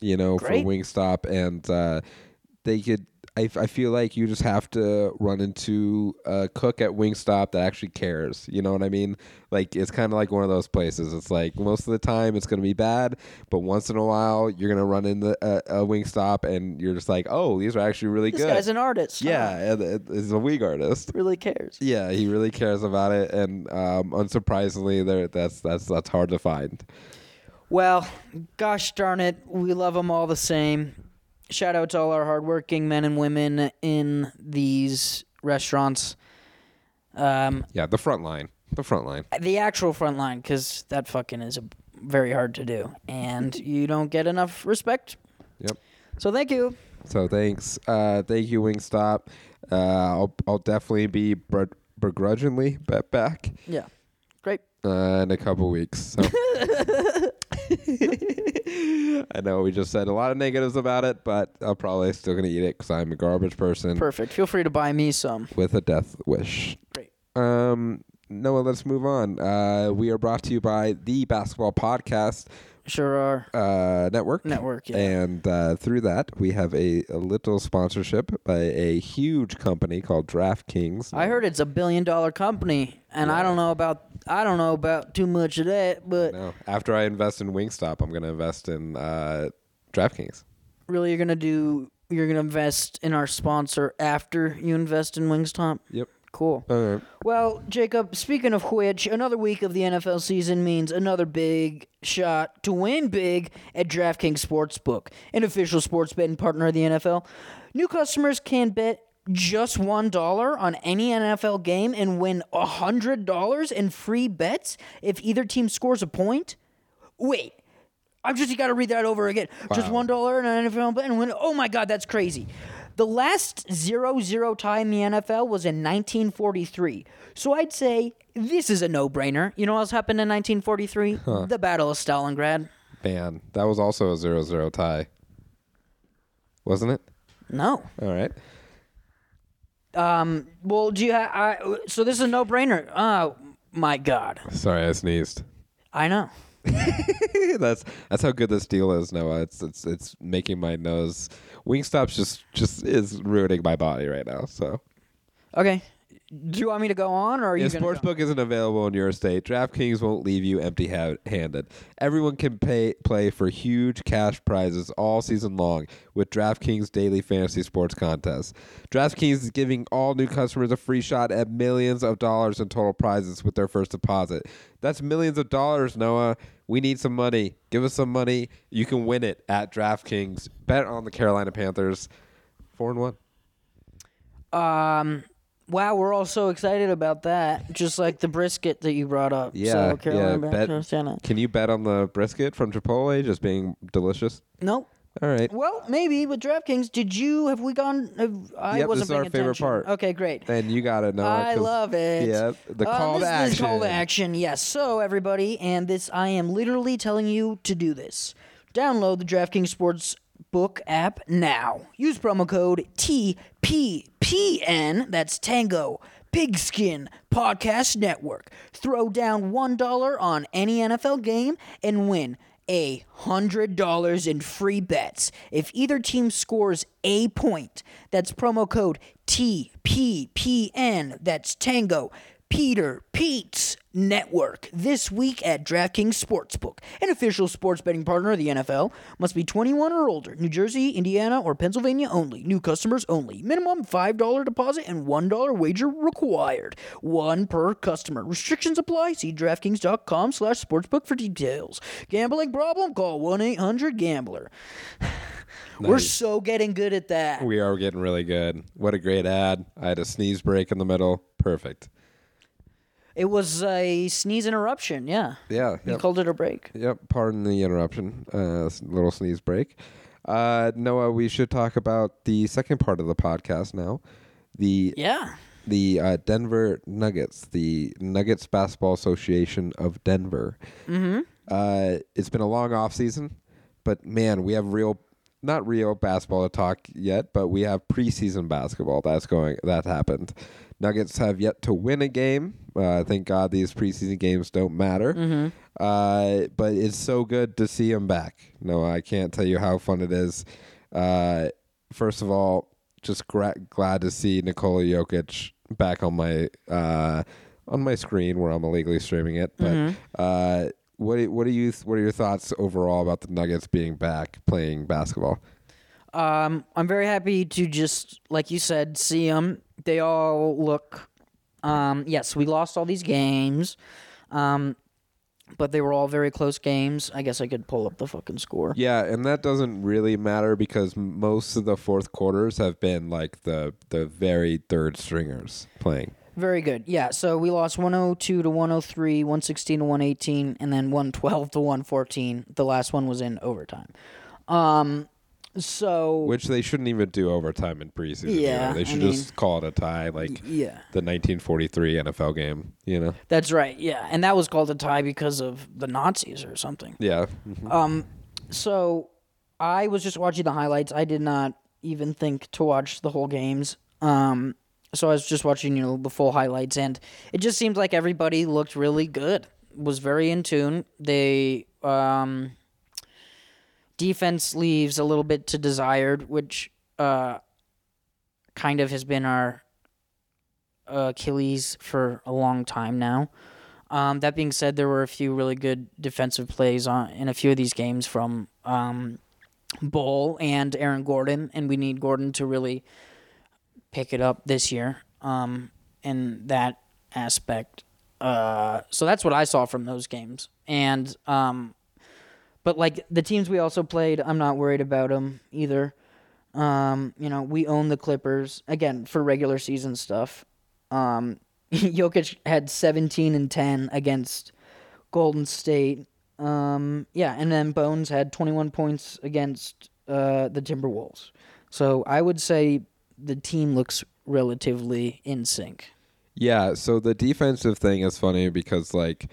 [SPEAKER 1] you know,
[SPEAKER 2] Great.
[SPEAKER 1] for Wingstop, and uh, they could. I, I feel like you just have to run into a cook at Wingstop that actually cares. You know what I mean? Like it's kind of like one of those places. It's like most of the time it's going to be bad, but once in a while you're going to run into a, a Wingstop and you're just like, oh, these are actually really
[SPEAKER 2] This
[SPEAKER 1] good.
[SPEAKER 2] guy's an artist. huh?
[SPEAKER 1] yeah, and it- it's a wing artist.
[SPEAKER 2] Really cares.
[SPEAKER 1] Yeah, he really cares about it, and um, unsurprisingly, there that's that's that's hard to find.
[SPEAKER 2] Well, gosh darn it. We love them all the same. Shout out to all our hardworking men and women in these restaurants. Um,
[SPEAKER 1] Yeah, the front line. The front line.
[SPEAKER 2] the actual front line because that fucking is a, very hard to do and you don't get enough respect
[SPEAKER 1] Yep.
[SPEAKER 2] so thank you
[SPEAKER 1] So thanks. Uh, thank you, Wingstop. Uh, I'll I'll definitely be br- begrudgingly bet back
[SPEAKER 2] yeah great
[SPEAKER 1] uh, in a couple weeks. So. I know we just said a lot of negatives about it, but I'm probably still gonna eat it because I'm a garbage person
[SPEAKER 2] perfect feel free to buy me some
[SPEAKER 1] with a death wish.
[SPEAKER 2] great
[SPEAKER 1] Um, Noah, let's move on. Uh, we are brought to you by the Basketball Podcast
[SPEAKER 2] sure are
[SPEAKER 1] uh, network.
[SPEAKER 2] network yeah
[SPEAKER 1] And uh, through that, we have a, a little sponsorship by a huge company called DraftKings.
[SPEAKER 2] i heard it's a billion dollar company and i don't know about i don't know about too much of that but
[SPEAKER 1] No, after I invest in Wingstop, I'm going to invest in uh, DraftKings.
[SPEAKER 2] really you're gonna do you're gonna invest in our sponsor after you invest in wingstop
[SPEAKER 1] Yep.
[SPEAKER 2] cool
[SPEAKER 1] All right.
[SPEAKER 2] Well, Jacob, speaking of which, another week of the NFL season means another big shot to win big at DraftKings Sportsbook, an official sports betting partner of the NFL. New customers can bet just $1 on any NFL game and win $100 in free bets if either team scores a point. Wait. I've just got to read that over again. Just one dollar and an NFL bet and win. Oh my God, that's crazy. The last 0-0 tie in the NFL was in 1943. So I'd say this is a no-brainer. You know what else happened in 1943? The Battle of Stalingrad.
[SPEAKER 1] Man, that was also a 0 0 tie, wasn't it?
[SPEAKER 2] No.
[SPEAKER 1] All right.
[SPEAKER 2] Um. Well, do you? Ha- I, so this is a no-brainer. Oh my God.
[SPEAKER 1] Sorry, I sneezed.
[SPEAKER 2] I know.
[SPEAKER 1] that's that's how good this deal is, Noah. It's it's it's making my nose. Wingstop's just just is ruining my body right now. So.
[SPEAKER 2] Okay. Do you want me to go on, or are you?
[SPEAKER 1] If
[SPEAKER 2] gonna go?
[SPEAKER 1] sportsbook isn't available in your state, DraftKings won't leave you empty-handed. Everyone can pay play for huge cash prizes all season long with DraftKings daily fantasy sports contests. DraftKings is giving all new customers a free shot at millions of dollars in total prizes with their first deposit. That's millions of dollars, Noah. We need some money. Give us some money. You can win it at DraftKings. Bet on the Carolina Panthers. Four and one.
[SPEAKER 2] Um, wow, we're all so excited about that. Just like the brisket that you brought up.
[SPEAKER 1] Yeah,
[SPEAKER 2] so, Carolina
[SPEAKER 1] yeah,
[SPEAKER 2] Back
[SPEAKER 1] bet-
[SPEAKER 2] to Santa.
[SPEAKER 1] Can you bet on the brisket from Chipotle just being delicious?
[SPEAKER 2] Nope.
[SPEAKER 1] All right.
[SPEAKER 2] Well, maybe with DraftKings. Did you have we gone? Have, I
[SPEAKER 1] Yep, this
[SPEAKER 2] wasn't
[SPEAKER 1] is our
[SPEAKER 2] paying
[SPEAKER 1] favorite
[SPEAKER 2] attention.
[SPEAKER 1] part.
[SPEAKER 2] Okay, great.
[SPEAKER 1] And you got to know.
[SPEAKER 2] I love it.
[SPEAKER 1] Yeah, the
[SPEAKER 2] Uh,
[SPEAKER 1] call
[SPEAKER 2] this
[SPEAKER 1] to
[SPEAKER 2] is
[SPEAKER 1] action.
[SPEAKER 2] call to action. Yes. So everybody, and this I am literally telling you to do this. Download the DraftKings Sports Book app now. Use promo code TPPN. That's Tango Pigskin Podcast Network. Throw down one dollar on any NFL game and win a hundred dollars in free bets. If either team scores a point, that's promo code TPPN. That's Tango Peter Pete's Network this week at DraftKings Sportsbook, an official sports betting partner of the NFL. Must be 21 or older. New Jersey, Indiana, or Pennsylvania only. New customers only. Minimum $5 deposit and $1 wager required. One per customer. Restrictions apply. See DraftKings.com slash sportsbook for details. Gambling problem? Call 1-800-GAMBLER. We're so getting good at that.
[SPEAKER 1] We are getting really good. What a great ad. I had a sneeze break in the middle. Perfect.
[SPEAKER 2] It was a sneeze interruption, yeah.
[SPEAKER 1] Yeah.
[SPEAKER 2] You
[SPEAKER 1] Yep.
[SPEAKER 2] called it a break.
[SPEAKER 1] yep. Pardon the interruption. Uh, s- little sneeze break. Uh, Noah, we should talk about the second part of the podcast now. The
[SPEAKER 2] Yeah.
[SPEAKER 1] the uh, Denver Nuggets, the Nuggets Basketball Association of Denver. Mm-hmm. Uh, it's been a long off season, but man, we have real, not real basketball to talk yet, but we have preseason basketball that's going that happened. Nuggets have yet to win a game. Uh, thank God these preseason games don't matter. Uh, but it's so good to see them back. No, I can't tell you how fun it is. Uh, first of all, just gra- glad to see Nikola Jokic back on my uh, on my screen where I'm illegally streaming it. But
[SPEAKER 2] Mm-hmm.
[SPEAKER 1] uh, what do- what do you what are your thoughts overall about the Nuggets being back playing basketball?
[SPEAKER 2] Um, I'm very happy to just, like you said, see them. They all look. Um, yes, we lost all these games, um, but they were all very close games. I guess I could pull up the fucking score.
[SPEAKER 1] Yeah, and that doesn't really matter because most of the fourth quarters have been like the the very third stringers playing.
[SPEAKER 2] Very good. Yeah, so we lost 102 to 103, 116 to 118, and then 112 to 114. The last one was in overtime. Um, so.
[SPEAKER 1] Which they shouldn't even do overtime in preseason.
[SPEAKER 2] Yeah,
[SPEAKER 1] either. they
[SPEAKER 2] I
[SPEAKER 1] should just call it a tie, like
[SPEAKER 2] yeah.
[SPEAKER 1] the 1943 NFL game. You know?
[SPEAKER 2] That's right. Yeah. And that was called a tie because of the Nazis or something.
[SPEAKER 1] Yeah,
[SPEAKER 2] So I was just watching the highlights. I did not even think to watch the whole games. Um, so I was just watching, you know, the full highlights, and it just seemed like everybody looked really good. Was very in tune. They um, defense leaves a little bit to desired, which uh, kind of has been our Achilles for a long time now. Um, that being said, there were a few really good defensive plays on, in a few of these games from um, Bull and Aaron Gordon, and we need Gordon to really pick it up this year um, in that aspect. Uh, so that's what I saw from those games, and um, but like the teams we also played, I'm not worried about them either. Um, you know, we own the Clippers again for regular season stuff. Um, Jokic had 17 and 10 against Golden State. Um, yeah, and then Bones had 21 points against uh, the Timberwolves. So I would say the team looks relatively in sync.
[SPEAKER 1] Yeah, so the defensive thing is funny because, like,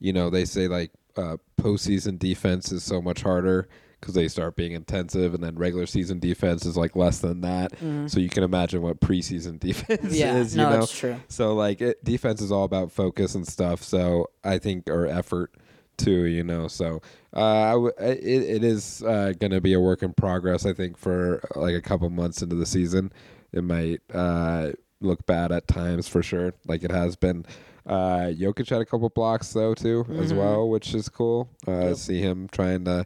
[SPEAKER 1] you know, they say like uh, postseason defense is so much harder because they start being intensive, and then regular season defense is like less than that. So you can imagine what preseason defense
[SPEAKER 2] Mm. Yeah,
[SPEAKER 1] is. You
[SPEAKER 2] no,
[SPEAKER 1] know?
[SPEAKER 2] it's true.
[SPEAKER 1] So like, it, defense is all about focus and stuff. So I think or effort too. You know, so uh, I w- I- it, it is uh, going to be a work in progress. I think for like a couple months into the season, it might uh, look bad at times for sure, like it has been. Uh, Jokic had a couple blocks though too, as well, which is cool. Uh, See him trying to.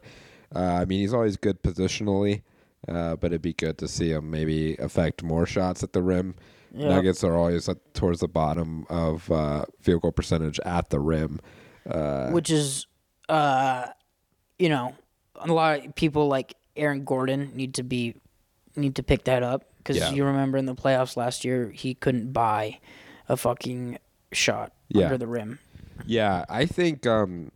[SPEAKER 1] Uh, I mean, he's always good positionally. Uh, but it'd be good to see him maybe affect more shots at the rim.
[SPEAKER 2] Yeah.
[SPEAKER 1] Nuggets are always at, towards the bottom of uh, field goal percentage at the rim.
[SPEAKER 2] which is uh you know a lot of people like Aaron Gordon need to be need to pick that up cuz
[SPEAKER 1] Yeah.
[SPEAKER 2] you remember in the playoffs last year he couldn't buy a fucking shot
[SPEAKER 1] Yeah.
[SPEAKER 2] under the rim.
[SPEAKER 1] Yeah, I think um,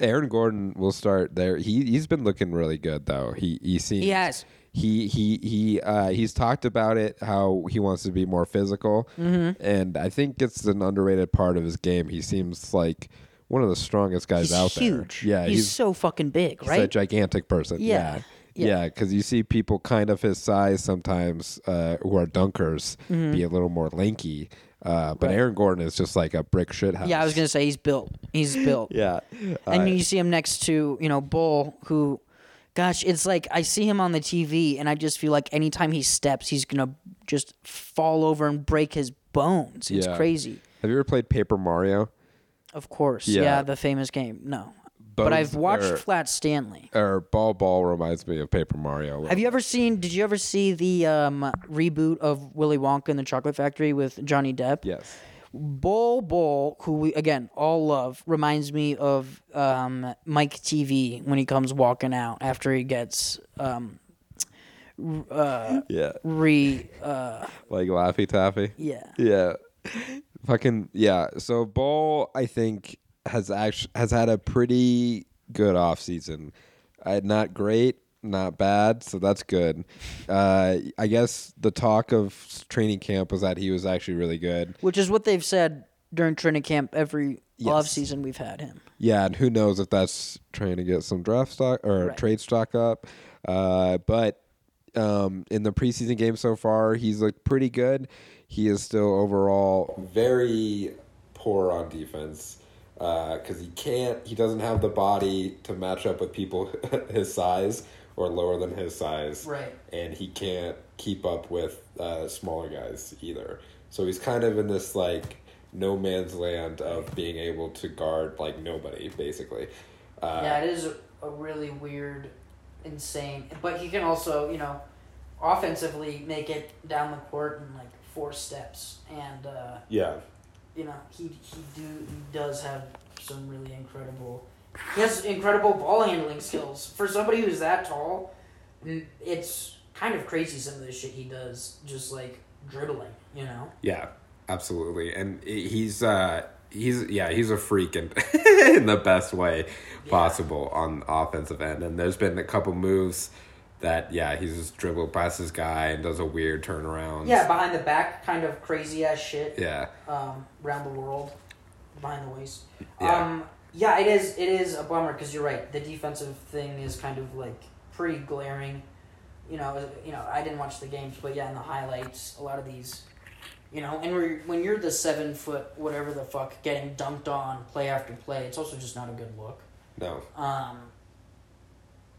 [SPEAKER 1] Aaron Gordon will start there. He he's been looking really good though. He he seems
[SPEAKER 2] He has.
[SPEAKER 1] he he he uh, he's talked about it how he wants to be more physical,
[SPEAKER 2] Mm-hmm.
[SPEAKER 1] and I think it's an underrated part of his game. He seems like one of the strongest guys
[SPEAKER 2] He's
[SPEAKER 1] out
[SPEAKER 2] huge.
[SPEAKER 1] there. Yeah,
[SPEAKER 2] he's, so fucking big,
[SPEAKER 1] He's a
[SPEAKER 2] right?
[SPEAKER 1] gigantic person.
[SPEAKER 2] Yeah.
[SPEAKER 1] Yeah. Yeah, because you see people kind of his size sometimes uh, who are dunkers
[SPEAKER 2] Mm-hmm.
[SPEAKER 1] be a little more lanky. Uh, but Aaron Gordon is just like a brick shit house.
[SPEAKER 2] Yeah, I was gonna say he's built. He's built.
[SPEAKER 1] Yeah.
[SPEAKER 2] and you see him next to you know Bull, who, gosh, it's like I see him on the TV, and I just feel like anytime he steps, he's gonna just fall over and break his bones. It's
[SPEAKER 1] Yeah.
[SPEAKER 2] crazy.
[SPEAKER 1] Have you ever played Paper Mario?
[SPEAKER 2] Of course,
[SPEAKER 1] Yeah.
[SPEAKER 2] yeah. the famous game. No,
[SPEAKER 1] Both
[SPEAKER 2] but I've watched
[SPEAKER 1] are-
[SPEAKER 2] Flat Stanley.
[SPEAKER 1] Or Ball Ball reminds me of Paper Mario.
[SPEAKER 2] Have you ever seen? Did you ever see the um, reboot of Willy Wonka and the Chocolate Factory with Johnny Depp?
[SPEAKER 1] Yes.
[SPEAKER 2] Bull Bull, who we again all love, reminds me of um, Mike TV when he comes walking out after he gets um,
[SPEAKER 1] Yeah.
[SPEAKER 2] re. Uh,
[SPEAKER 1] Like Laffy Taffy.
[SPEAKER 2] yeah,
[SPEAKER 1] yeah fucking yeah so ball i think has actually has had a pretty good off season uh, not great not bad so that's good uh, i guess the talk of training camp was that he was actually really good
[SPEAKER 2] which is what they've said during training camp every
[SPEAKER 1] Yes.
[SPEAKER 2] off season we've had him.
[SPEAKER 1] yeah and who knows if that's trying to get some draft stock or
[SPEAKER 2] Right.
[SPEAKER 1] trade stock up uh, but um, in the preseason game so far he's looked pretty good he is still overall very poor on defense because he can't he doesn't have the body to match up with people his size or lower than his size
[SPEAKER 2] Right.
[SPEAKER 1] and he can't keep up with uh, smaller guys either. So he's kind of in this like no man's land of being able to guard like nobody basically. Uh,
[SPEAKER 2] Yeah, it is a really weird, insane. But he can also, you know, offensively make it down the court in like four steps, and uh,
[SPEAKER 1] yeah,
[SPEAKER 2] you know he he do he does have some really incredible. He has incredible ball handling skills for somebody who's that tall. n- It's kind of crazy some of the shit he does, just like dribbling. You know.
[SPEAKER 1] yeah, absolutely. And i- he's uh, he's yeah he's a freak in, in the best way possible on the offensive end. And there's been a couple moves that yeah he's just dribble passes guy and does a weird turnaround.
[SPEAKER 2] Yeah, behind the back, kind of crazy ass shit.
[SPEAKER 1] Yeah.
[SPEAKER 2] um, around the world, behind the waist.
[SPEAKER 1] Yeah.
[SPEAKER 2] Um, yeah, it is. It is a bummer because you're right. The defensive thing is kind of like pretty glaring. You know, you know, I didn't watch the games, but yeah, in the highlights, a lot of these, you know, and we're, when you're the seven foot whatever the fuck getting dunked on play after play, it's also just not a good look.
[SPEAKER 1] No.
[SPEAKER 2] Um,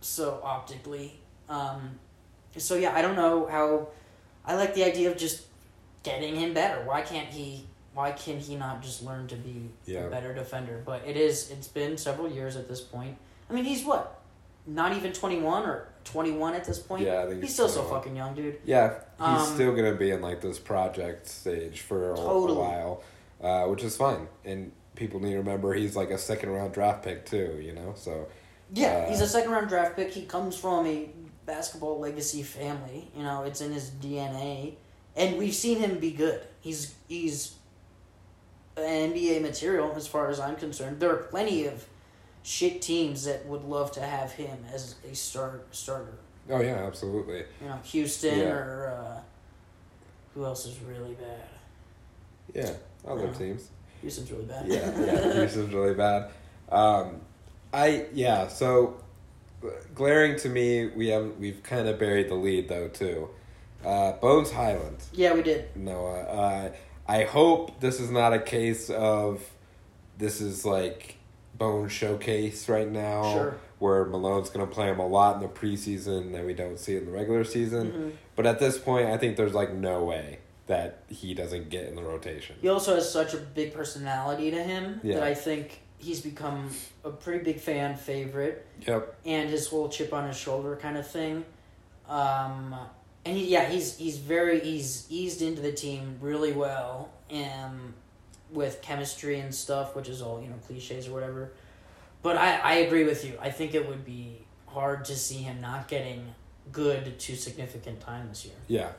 [SPEAKER 2] so optically, um, so yeah, I don't know how. I like the idea of just getting him better. Why can't he? Why can he not just learn to be
[SPEAKER 1] Yeah.
[SPEAKER 2] a better defender? But it is. It's been several years at this point. I mean, he's what? Not even twenty one or twenty one at this point.
[SPEAKER 1] Yeah, I think
[SPEAKER 2] he's
[SPEAKER 1] he's
[SPEAKER 2] still so
[SPEAKER 1] 21.
[SPEAKER 2] fucking young, dude.
[SPEAKER 1] Yeah, he's
[SPEAKER 2] Um,
[SPEAKER 1] still gonna be in like this project stage for a,
[SPEAKER 2] Totally.
[SPEAKER 1] a while, uh, which is fine. And people need to remember he's like a second round draft pick too. You know, so
[SPEAKER 2] Yeah,
[SPEAKER 1] Uh,
[SPEAKER 2] he's a second round draft pick. He comes from a basketball legacy family. You know, it's in his DNA, and we've seen him be good. He's he's NBA material as far as I'm concerned. There are plenty of shit teams that would love to have him as a start starter.
[SPEAKER 1] oh yeah, absolutely.
[SPEAKER 2] You know, Houston
[SPEAKER 1] Yeah.
[SPEAKER 2] or uh, who else is really bad?
[SPEAKER 1] Yeah, other
[SPEAKER 2] Yeah.
[SPEAKER 1] teams.
[SPEAKER 2] Houston's really bad.
[SPEAKER 1] Yeah, yeah, Houston's really bad. Um, I yeah. So glaring to me, we have we've kind of buried the lead though too. Uh, Bones Highland.
[SPEAKER 2] yeah, we did.
[SPEAKER 1] Noah. Uh, I hope this is not a case of this is like bone showcase right now,
[SPEAKER 2] Sure.
[SPEAKER 1] where Malone's going to play him a lot in the preseason that we don't see in the regular season.
[SPEAKER 2] Mm-hmm.
[SPEAKER 1] But at this point, I think there's like no way that he doesn't get in the rotation.
[SPEAKER 2] He also has such a big personality to him
[SPEAKER 1] Yeah.
[SPEAKER 2] that I think he's become a pretty big fan favorite.
[SPEAKER 1] Yep.
[SPEAKER 2] and his whole chip on his shoulder kind of thing. Um, and he, yeah, he's he's very he's eased into the team really well, um, with chemistry and stuff, which is all you know cliches or whatever. But I I agree with you. I think it would be hard to see him not getting good to significant time this year.
[SPEAKER 1] Yeah.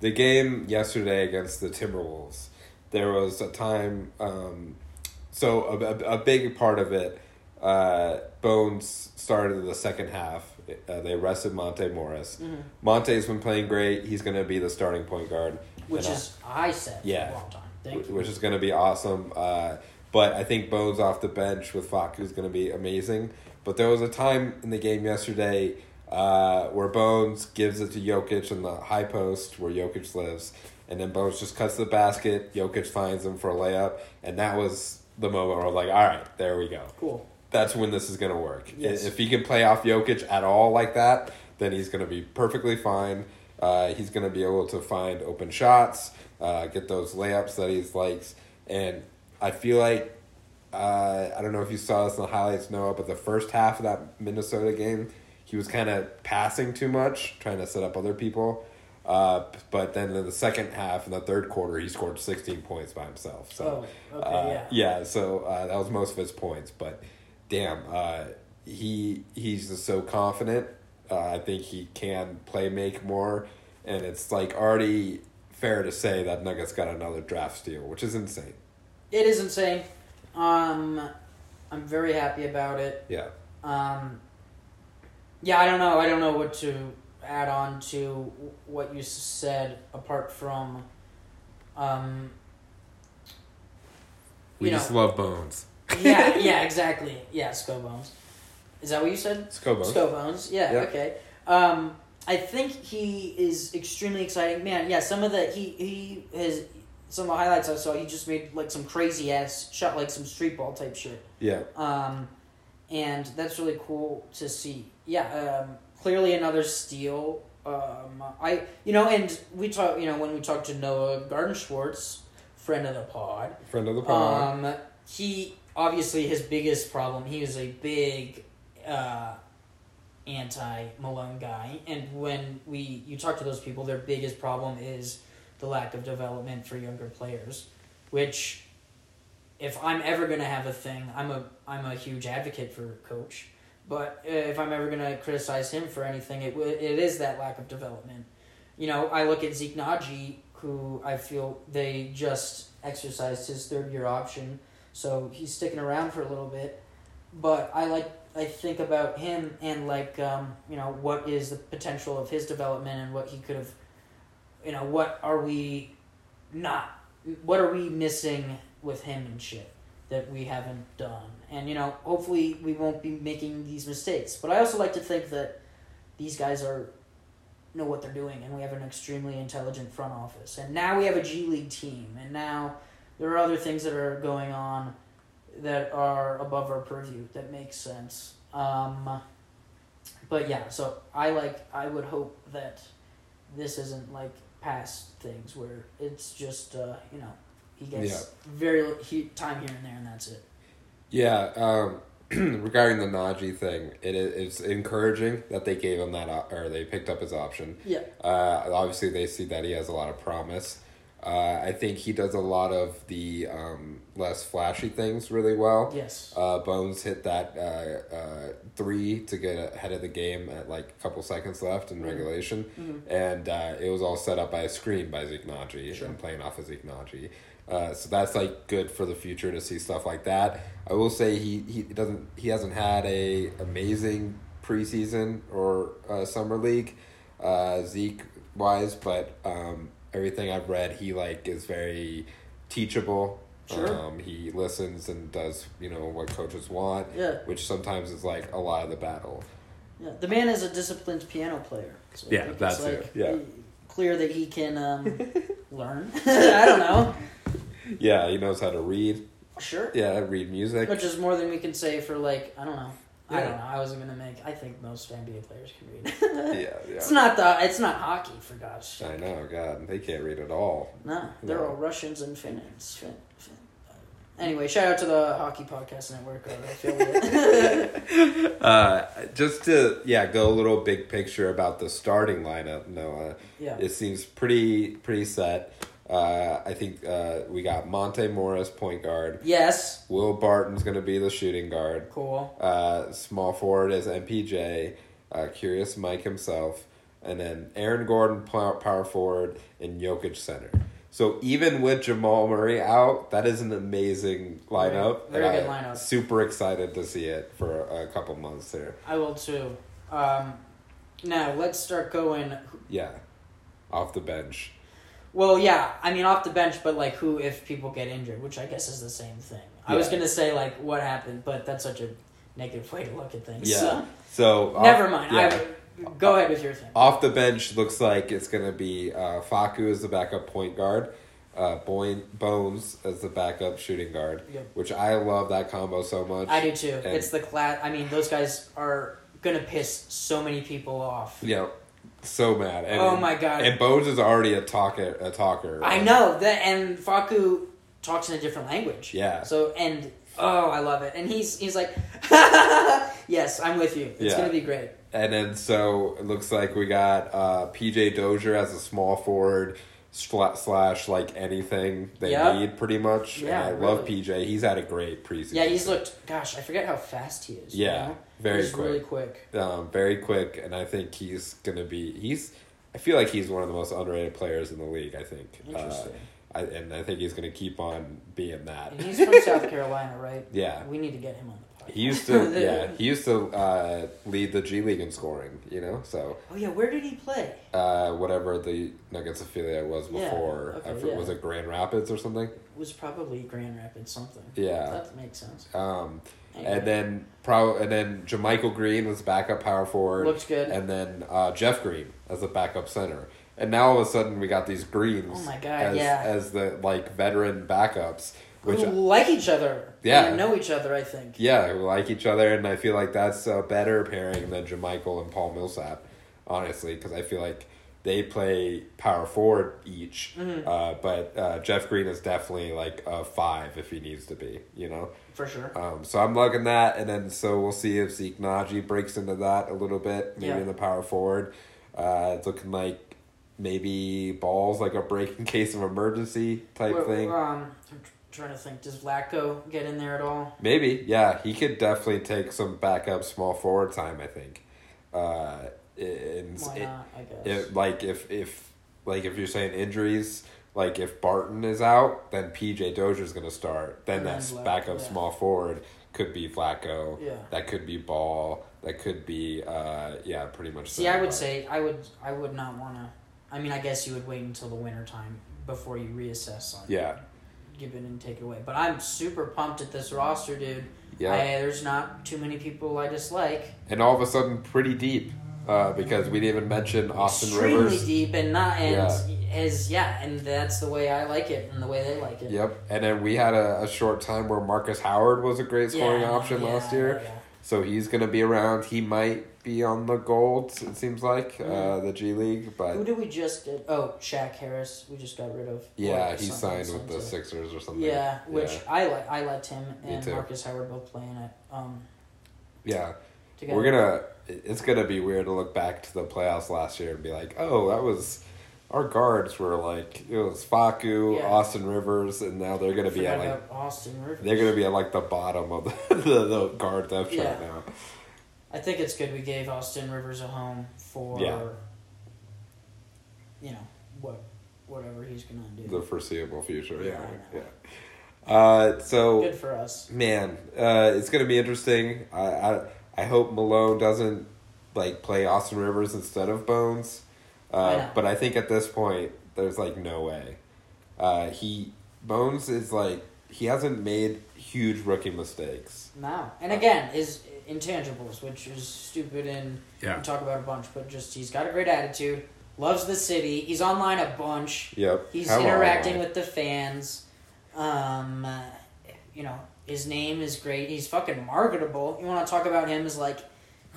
[SPEAKER 1] The game yesterday against the Timberwolves, there was a time. Um, so a, a, a big part of it, uh, Bones started the second half. Uh, they rested Monte Morris.
[SPEAKER 2] Mm-hmm.
[SPEAKER 1] Monte's been playing great. He's going to be the starting point guard.
[SPEAKER 2] Which
[SPEAKER 1] And I-
[SPEAKER 2] is I said
[SPEAKER 1] Yeah.
[SPEAKER 2] for a long time. Thank you.
[SPEAKER 1] which is going to be awesome. Uh, but I think Bones off the bench with Faku is going to be amazing. But there was a time in the game yesterday uh, where Bones gives it to Jokic in the high post where Jokic lives, and then Bones just cuts the basket. Jokic finds him for a layup, and that was the moment where I was like, all right, there we go.
[SPEAKER 3] Cool.
[SPEAKER 1] That's when this is going to work.
[SPEAKER 3] Yes.
[SPEAKER 1] If he can play off Jokic at all like that, then he's going to be perfectly fine. Uh, he's going to be able to find open shots, uh, get those layups that he likes, and I feel like uh, I don't know if you saw this in the highlights, Noah, but the first half of that Minnesota game, he was kind of passing too much, trying to set up other people. Uh, but then in the second half, in the third quarter, he scored 16 points by himself. So,
[SPEAKER 3] Oh, okay,
[SPEAKER 1] uh,
[SPEAKER 3] yeah.
[SPEAKER 1] yeah, so uh, that was most of his points, but damn, uh, he he's just so confident. Uh, I think he can play make more, and it's like already fair to say that Nuggets got another draft steal, which is insane.
[SPEAKER 2] It is insane. Um, I'm very happy about it.
[SPEAKER 1] Yeah,
[SPEAKER 2] Um, yeah, I don't know. I don't know what to add on to what you s- said apart from, um,
[SPEAKER 1] we
[SPEAKER 2] You
[SPEAKER 1] just
[SPEAKER 2] know-
[SPEAKER 1] love Bones.
[SPEAKER 2] yeah, yeah, exactly. Yeah, Scobones. Is that what you said?
[SPEAKER 1] Sco Bones.
[SPEAKER 2] Scobones. Yeah,
[SPEAKER 1] Yeah.
[SPEAKER 2] okay. Um, I think he is extremely exciting. Man, yeah, some of the he he has some of the highlights I saw, he just made like some crazy ass shot like some street ball type shit.
[SPEAKER 1] Yeah,
[SPEAKER 2] Um, and that's really cool to see. Yeah, um, clearly another steal. Um, I you know, and we talk you know, when we talked to Noah Garden Schwartz, friend of the pod,
[SPEAKER 1] friend of the pod.
[SPEAKER 3] uh,
[SPEAKER 2] um, he obviously his biggest problem. He was a big uh, anti Malone guy, and when we you talk to those people, their biggest problem is the lack of development for younger players. Which, if I'm ever gonna have a thing, I'm a I'm a huge advocate for coach. But uh, if I'm ever gonna criticize him for anything, it w- it is that lack of development you know, I look at Zeke Naji, who I feel they just exercised his third year option, so he's sticking around for a little bit. But I like I think about him and like um, you know what is the potential of his development and what he could have, you know what are we not what are we missing with him and shit that we haven't done and you know hopefully we won't be making these mistakes but I also like to think that these guys are know what they're doing, and we have an extremely intelligent front office. And now we have a G League team, and now there are other things that are going on that are above our purview that makes sense. Um, but yeah, so I like I would hope that this isn't like past things where it's just uh, you know he gets very li- he, time here and there, and that's it.
[SPEAKER 1] Yeah, um, regarding the Najee thing, it is it's encouraging that they gave him that op- or they picked up his option.
[SPEAKER 2] Yeah,
[SPEAKER 1] Uh, obviously, they see that he has a lot of promise. Uh, I think he does a lot of the um, less flashy things really well.
[SPEAKER 2] yes,
[SPEAKER 1] Uh, Bones hit that uh, uh, three to get ahead of the game at like a couple seconds left in regulation, and uh, it was all set up by a screen by Zeke Nagy and playing off of Zeke Nagy. Uh, so that's like good for the future to see stuff like that. I will say he, he doesn't he hasn't had a amazing preseason or uh, summer league uh, Zeke wise, but um, everything I've read he like is very teachable.
[SPEAKER 2] Sure.
[SPEAKER 1] Um, he listens and does you know what coaches want,
[SPEAKER 2] Yeah.
[SPEAKER 1] which sometimes is like a lot of the battle.
[SPEAKER 2] yeah. The man is a disciplined piano player. So I
[SPEAKER 1] Yeah,
[SPEAKER 2] think it's, eh,
[SPEAKER 1] that's it. Yeah.
[SPEAKER 2] Clear that he can um, learn. I don't know.
[SPEAKER 1] Yeah, he knows how to read.
[SPEAKER 2] Sure.
[SPEAKER 1] Yeah, read music.
[SPEAKER 2] Which is more than we can say for like I don't know. I
[SPEAKER 1] Yeah.
[SPEAKER 2] don't know. I wasn't gonna make. I think most NBA players can read.
[SPEAKER 1] yeah,
[SPEAKER 2] It's
[SPEAKER 1] yeah.
[SPEAKER 2] not the. It's not hockey for God's sake.
[SPEAKER 1] I know, God, they can't read at all.
[SPEAKER 2] No, they're
[SPEAKER 1] No.
[SPEAKER 2] all Russians and Finns. Fin, fin. uh, Anyway, shout out to the Hockey Podcast Network. uh, affiliate.
[SPEAKER 1] Uh, just to yeah, go a little big picture about the starting lineup, Noah.
[SPEAKER 2] yeah.
[SPEAKER 1] It seems pretty pretty set. Uh, I think uh, we got Monte Morris point guard.
[SPEAKER 2] Yes.
[SPEAKER 1] Will Barton's gonna be the shooting guard.
[SPEAKER 2] Cool.
[SPEAKER 1] Uh, small forward is MPJ, uh, Curious Mike himself, and then Aaron Gordon pow- power forward and Jokic center. So even with Jamal Murray out, that is an amazing lineup.
[SPEAKER 2] Very- very
[SPEAKER 1] and
[SPEAKER 2] good
[SPEAKER 1] I'm
[SPEAKER 2] lineup.
[SPEAKER 1] Super excited to see it for a couple months there.
[SPEAKER 2] I will too. Um, now let's start going.
[SPEAKER 1] Yeah, off the bench.
[SPEAKER 2] Well, yeah, I mean off the bench, but like who if people get injured, which I guess is the same thing. I was
[SPEAKER 1] Yeah.
[SPEAKER 2] gonna say like what happened, but that's such a negative way to look at things.
[SPEAKER 1] Yeah.
[SPEAKER 2] so.
[SPEAKER 1] So off-
[SPEAKER 2] Never mind.
[SPEAKER 1] Yeah.
[SPEAKER 2] I, Go ahead with your thing.
[SPEAKER 1] Off the bench looks like it's going to be uh, Faku as the backup point guard, uh, Boy- Bones as the backup shooting guard,
[SPEAKER 2] Yep.
[SPEAKER 1] which I love that combo so much.
[SPEAKER 2] I do too.
[SPEAKER 1] And-
[SPEAKER 2] It's the class. I mean, those guys are gonna piss so many people off.
[SPEAKER 1] Yeah, so mad. And,
[SPEAKER 2] Oh my God.
[SPEAKER 1] And Bones is already a talker. A talker.
[SPEAKER 2] I know that, and Faku talks in a different language.
[SPEAKER 1] Yeah.
[SPEAKER 2] So and oh, I love it. And he's he's like, yes, I'm with you. It's
[SPEAKER 1] Yeah.
[SPEAKER 2] gonna be great.
[SPEAKER 1] And then so it looks like we got uh, PJ Dozier as a small forward sla- slash like anything they
[SPEAKER 2] Yep.
[SPEAKER 1] need pretty much.
[SPEAKER 2] Yeah,
[SPEAKER 1] and I love
[SPEAKER 2] really.
[SPEAKER 1] PJ. He's had a great preseason.
[SPEAKER 2] Yeah, he's looked. Gosh, I forget how fast he is. you
[SPEAKER 1] Yeah,
[SPEAKER 2] know?
[SPEAKER 1] very
[SPEAKER 2] He's really quick.
[SPEAKER 1] um, very quick, and I think he's gonna be he's. I feel like he's one of the most underrated players in the league. I think. Uh,
[SPEAKER 2] Interesting.
[SPEAKER 1] I, and I think he's gonna keep on being that.
[SPEAKER 2] And he's from South Carolina, right?
[SPEAKER 1] Yeah.
[SPEAKER 2] We need to get him on the podcast.
[SPEAKER 1] He used to, yeah, he used to uh, lead the G League in scoring. You know, so
[SPEAKER 2] Oh yeah, where did he play?
[SPEAKER 1] uh, whatever the Nuggets affiliate was
[SPEAKER 2] Yeah,
[SPEAKER 1] before,
[SPEAKER 2] okay,
[SPEAKER 1] I forget-
[SPEAKER 2] yeah.
[SPEAKER 1] was it Grand Rapids or something?
[SPEAKER 2] It was probably Grand Rapids something.
[SPEAKER 1] Yeah.
[SPEAKER 2] That makes sense.
[SPEAKER 1] Um,
[SPEAKER 2] Anyway.
[SPEAKER 1] And then pro, and then Jamichael Green was backup power forward.
[SPEAKER 2] Looks good.
[SPEAKER 1] And then uh, Jeff Green as a backup center. And now all of a sudden we got these greens.
[SPEAKER 2] Oh my God,
[SPEAKER 1] As,
[SPEAKER 2] yeah.
[SPEAKER 1] as the like veteran backups, which
[SPEAKER 2] who like each other.
[SPEAKER 1] Yeah.
[SPEAKER 2] And know each other, I think.
[SPEAKER 1] yeah, who like each other, and I feel like that's a better pairing than Jamichael and Paul Millsap, honestly, because I feel like they play power forward each,
[SPEAKER 2] Mm-hmm.
[SPEAKER 1] uh, but uh, Jeff Green is definitely like a five if he needs to be, you know.
[SPEAKER 2] For sure.
[SPEAKER 1] Um, so I'm liking that, and then so we'll see if Zeke Naji breaks into that a little bit, maybe
[SPEAKER 2] Yeah.
[SPEAKER 1] in the power forward. Uh, it's looking like maybe balls like a break in case of emergency type
[SPEAKER 2] We're-
[SPEAKER 1] thing.
[SPEAKER 2] we're, Um, I'm tr- trying to think. Does Vlatko get in there at all?
[SPEAKER 1] Maybe, yeah. He could definitely take some backup small forward time, I think. Uh, and
[SPEAKER 2] Why
[SPEAKER 1] it,
[SPEAKER 2] not? I guess.
[SPEAKER 1] it, like if if like if you're saying injuries, like if Barton is out, then PJ Dozier's gonna start. Then
[SPEAKER 2] And then
[SPEAKER 1] that's
[SPEAKER 2] Vlad-
[SPEAKER 1] backup
[SPEAKER 2] yeah.
[SPEAKER 1] small forward could be Flacco.
[SPEAKER 2] Yeah.
[SPEAKER 1] That could be Ball. That could be uh yeah, pretty much.
[SPEAKER 2] See, I would say I would I would not want to. I mean, I guess you would wait until the winter time before you reassess on
[SPEAKER 1] Yeah.
[SPEAKER 2] give it and take it away. But I'm super pumped at this roster, dude.
[SPEAKER 1] Yeah.
[SPEAKER 2] I, there's not too many people I dislike.
[SPEAKER 1] And all of a sudden pretty deep. Uh, because we didn't even mention Austin
[SPEAKER 2] Extremely
[SPEAKER 1] Rivers.
[SPEAKER 2] deep and not and as yeah, and that's the way I like it and the way they like it.
[SPEAKER 1] Yep. And then we had a, a short time where Marcus Howard was a great scoring
[SPEAKER 2] Yeah,
[SPEAKER 1] option
[SPEAKER 2] yeah,
[SPEAKER 1] last year.
[SPEAKER 2] yeah.
[SPEAKER 1] So he's going to be around. He might be on the gold, it seems like, uh, the G League.
[SPEAKER 2] Mm. Who
[SPEAKER 1] But
[SPEAKER 2] did we just get? Oh, Shaq Harris. We just got rid of.
[SPEAKER 1] yeah,
[SPEAKER 2] Or
[SPEAKER 1] he
[SPEAKER 2] something,
[SPEAKER 1] signed with the
[SPEAKER 2] something.
[SPEAKER 1] Sixers or something.
[SPEAKER 2] Yeah, which I like. I liked him
[SPEAKER 1] Me
[SPEAKER 2] and
[SPEAKER 1] too.
[SPEAKER 2] Marcus Howard both playing it um,
[SPEAKER 1] Yeah.
[SPEAKER 2] together.
[SPEAKER 1] We're going to. It's going to be weird to look back to the playoffs last year and be like, oh, that was. Our guards were like, it was Faku,
[SPEAKER 2] Yeah.
[SPEAKER 1] Austin Rivers, and now they're going to be at
[SPEAKER 2] Forgot
[SPEAKER 1] like.
[SPEAKER 2] about Austin Rivers.
[SPEAKER 1] They're gonna be at like the bottom of the, the, the guard depth
[SPEAKER 2] Yeah.
[SPEAKER 1] chart now.
[SPEAKER 2] I think it's good we gave Austin Rivers a home for,
[SPEAKER 1] Yeah.
[SPEAKER 2] you know, what, whatever he's gonna do.
[SPEAKER 1] the foreseeable future. Yeah,
[SPEAKER 2] Yeah.
[SPEAKER 1] yeah. Uh, so
[SPEAKER 2] good for us.
[SPEAKER 1] man, uh, it's gonna be interesting. I, I I hope Malone doesn't like play Austin Rivers instead of Bones,
[SPEAKER 2] Why
[SPEAKER 1] uh,
[SPEAKER 2] not?
[SPEAKER 1] but I think at this point there's like no way. Uh, he Bones is like he hasn't made huge rookie mistakes.
[SPEAKER 2] Now and again is intangibles, which is stupid and
[SPEAKER 1] Yeah.
[SPEAKER 2] we talk about a bunch, but just he's got a great attitude, loves the city, he's online a bunch,
[SPEAKER 1] Yep.
[SPEAKER 2] he's
[SPEAKER 1] How
[SPEAKER 2] interacting
[SPEAKER 1] am I?
[SPEAKER 2] with the fans, um, uh, you know, his name is great, he's fucking marketable. You want to talk about him as like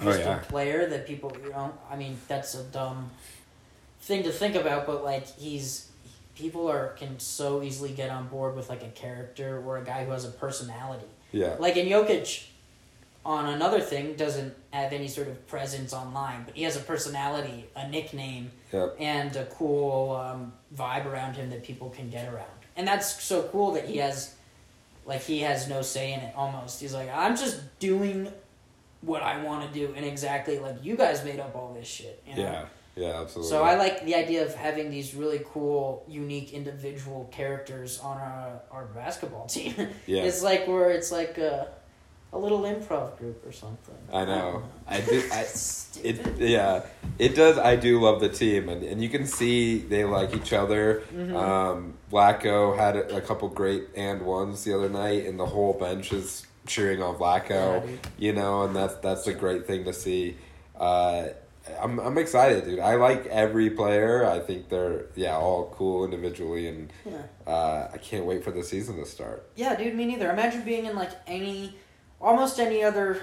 [SPEAKER 1] Oh,
[SPEAKER 2] just
[SPEAKER 1] yeah.
[SPEAKER 2] a player that people, you know, I mean that's a dumb thing to think about, but like he's people are can so easily get on board with like a character or a guy who has a personality.
[SPEAKER 1] Yeah.
[SPEAKER 2] Like in Jokic, on another thing, doesn't have any sort of presence online, but he has a personality, a nickname,
[SPEAKER 1] Yep.
[SPEAKER 2] and a cool um, vibe around him that people can get around. And that's so cool that he has, like, he has no say in it almost. He's like, I'm just doing what I want to do, and exactly like you guys made up all this shit. You know?
[SPEAKER 1] Yeah. Yeah. Absolutely.
[SPEAKER 2] So I like the idea of having these really cool, unique individual characters on our, our basketball team.
[SPEAKER 1] Yeah.
[SPEAKER 2] It's like where it's like a, a little improv group or something.
[SPEAKER 1] I know. I did. I, it
[SPEAKER 2] Stupid.
[SPEAKER 1] yeah it does i do love the team and, and you can see they like each other
[SPEAKER 2] Mm-hmm.
[SPEAKER 1] um Blacko had a, a couple great and ones the other night and the whole bench is cheering on Blacko
[SPEAKER 2] Yeah, dude.
[SPEAKER 1] you know and that's that's a great thing to see uh I'm I'm excited, dude. I like every player. I think they're yeah all cool individually, and uh, I can't wait for the season to start.
[SPEAKER 2] Yeah, dude, me neither. Imagine being in like any, almost any other.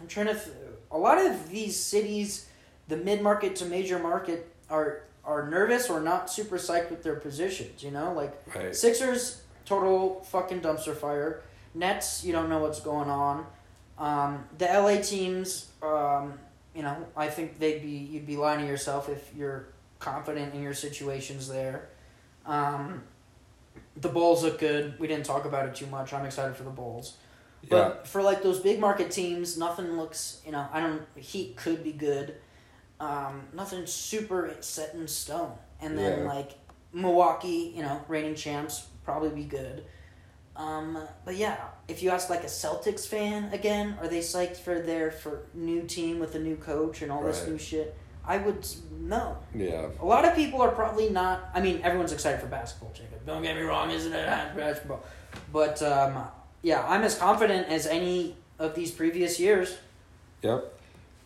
[SPEAKER 2] I'm trying to. Th- a lot of these cities, the mid market to major market, are are nervous or not super psyched with their positions. You know, like
[SPEAKER 1] Right.
[SPEAKER 2] Sixers total fucking dumpster fire. Nets, you don't know what's going on. Um, the LA teams, um, you know, I think they'd be you'd be lying to yourself if you're confident in your situations there. Um, the Bulls look good. We didn't talk about it too much. I'm excited for the Bulls. But for like those big market teams, nothing looks, you know, I don't Heat could be good. Um, nothing super set in stone. And then
[SPEAKER 1] Yeah.
[SPEAKER 2] like Milwaukee, you know, reigning champs probably be good. Um, but yeah, if you ask like a Celtics fan again, are they psyched for their for new team with a new coach and all this
[SPEAKER 1] Right.
[SPEAKER 2] new shit? I would s- no.
[SPEAKER 1] yeah,
[SPEAKER 2] A lot of people are probably not. I mean, everyone's excited for basketball, Jacob. Don't get me wrong, isn't it? Ah, Basketball. But um, yeah, I'm as confident as any of these previous years.
[SPEAKER 1] Yep.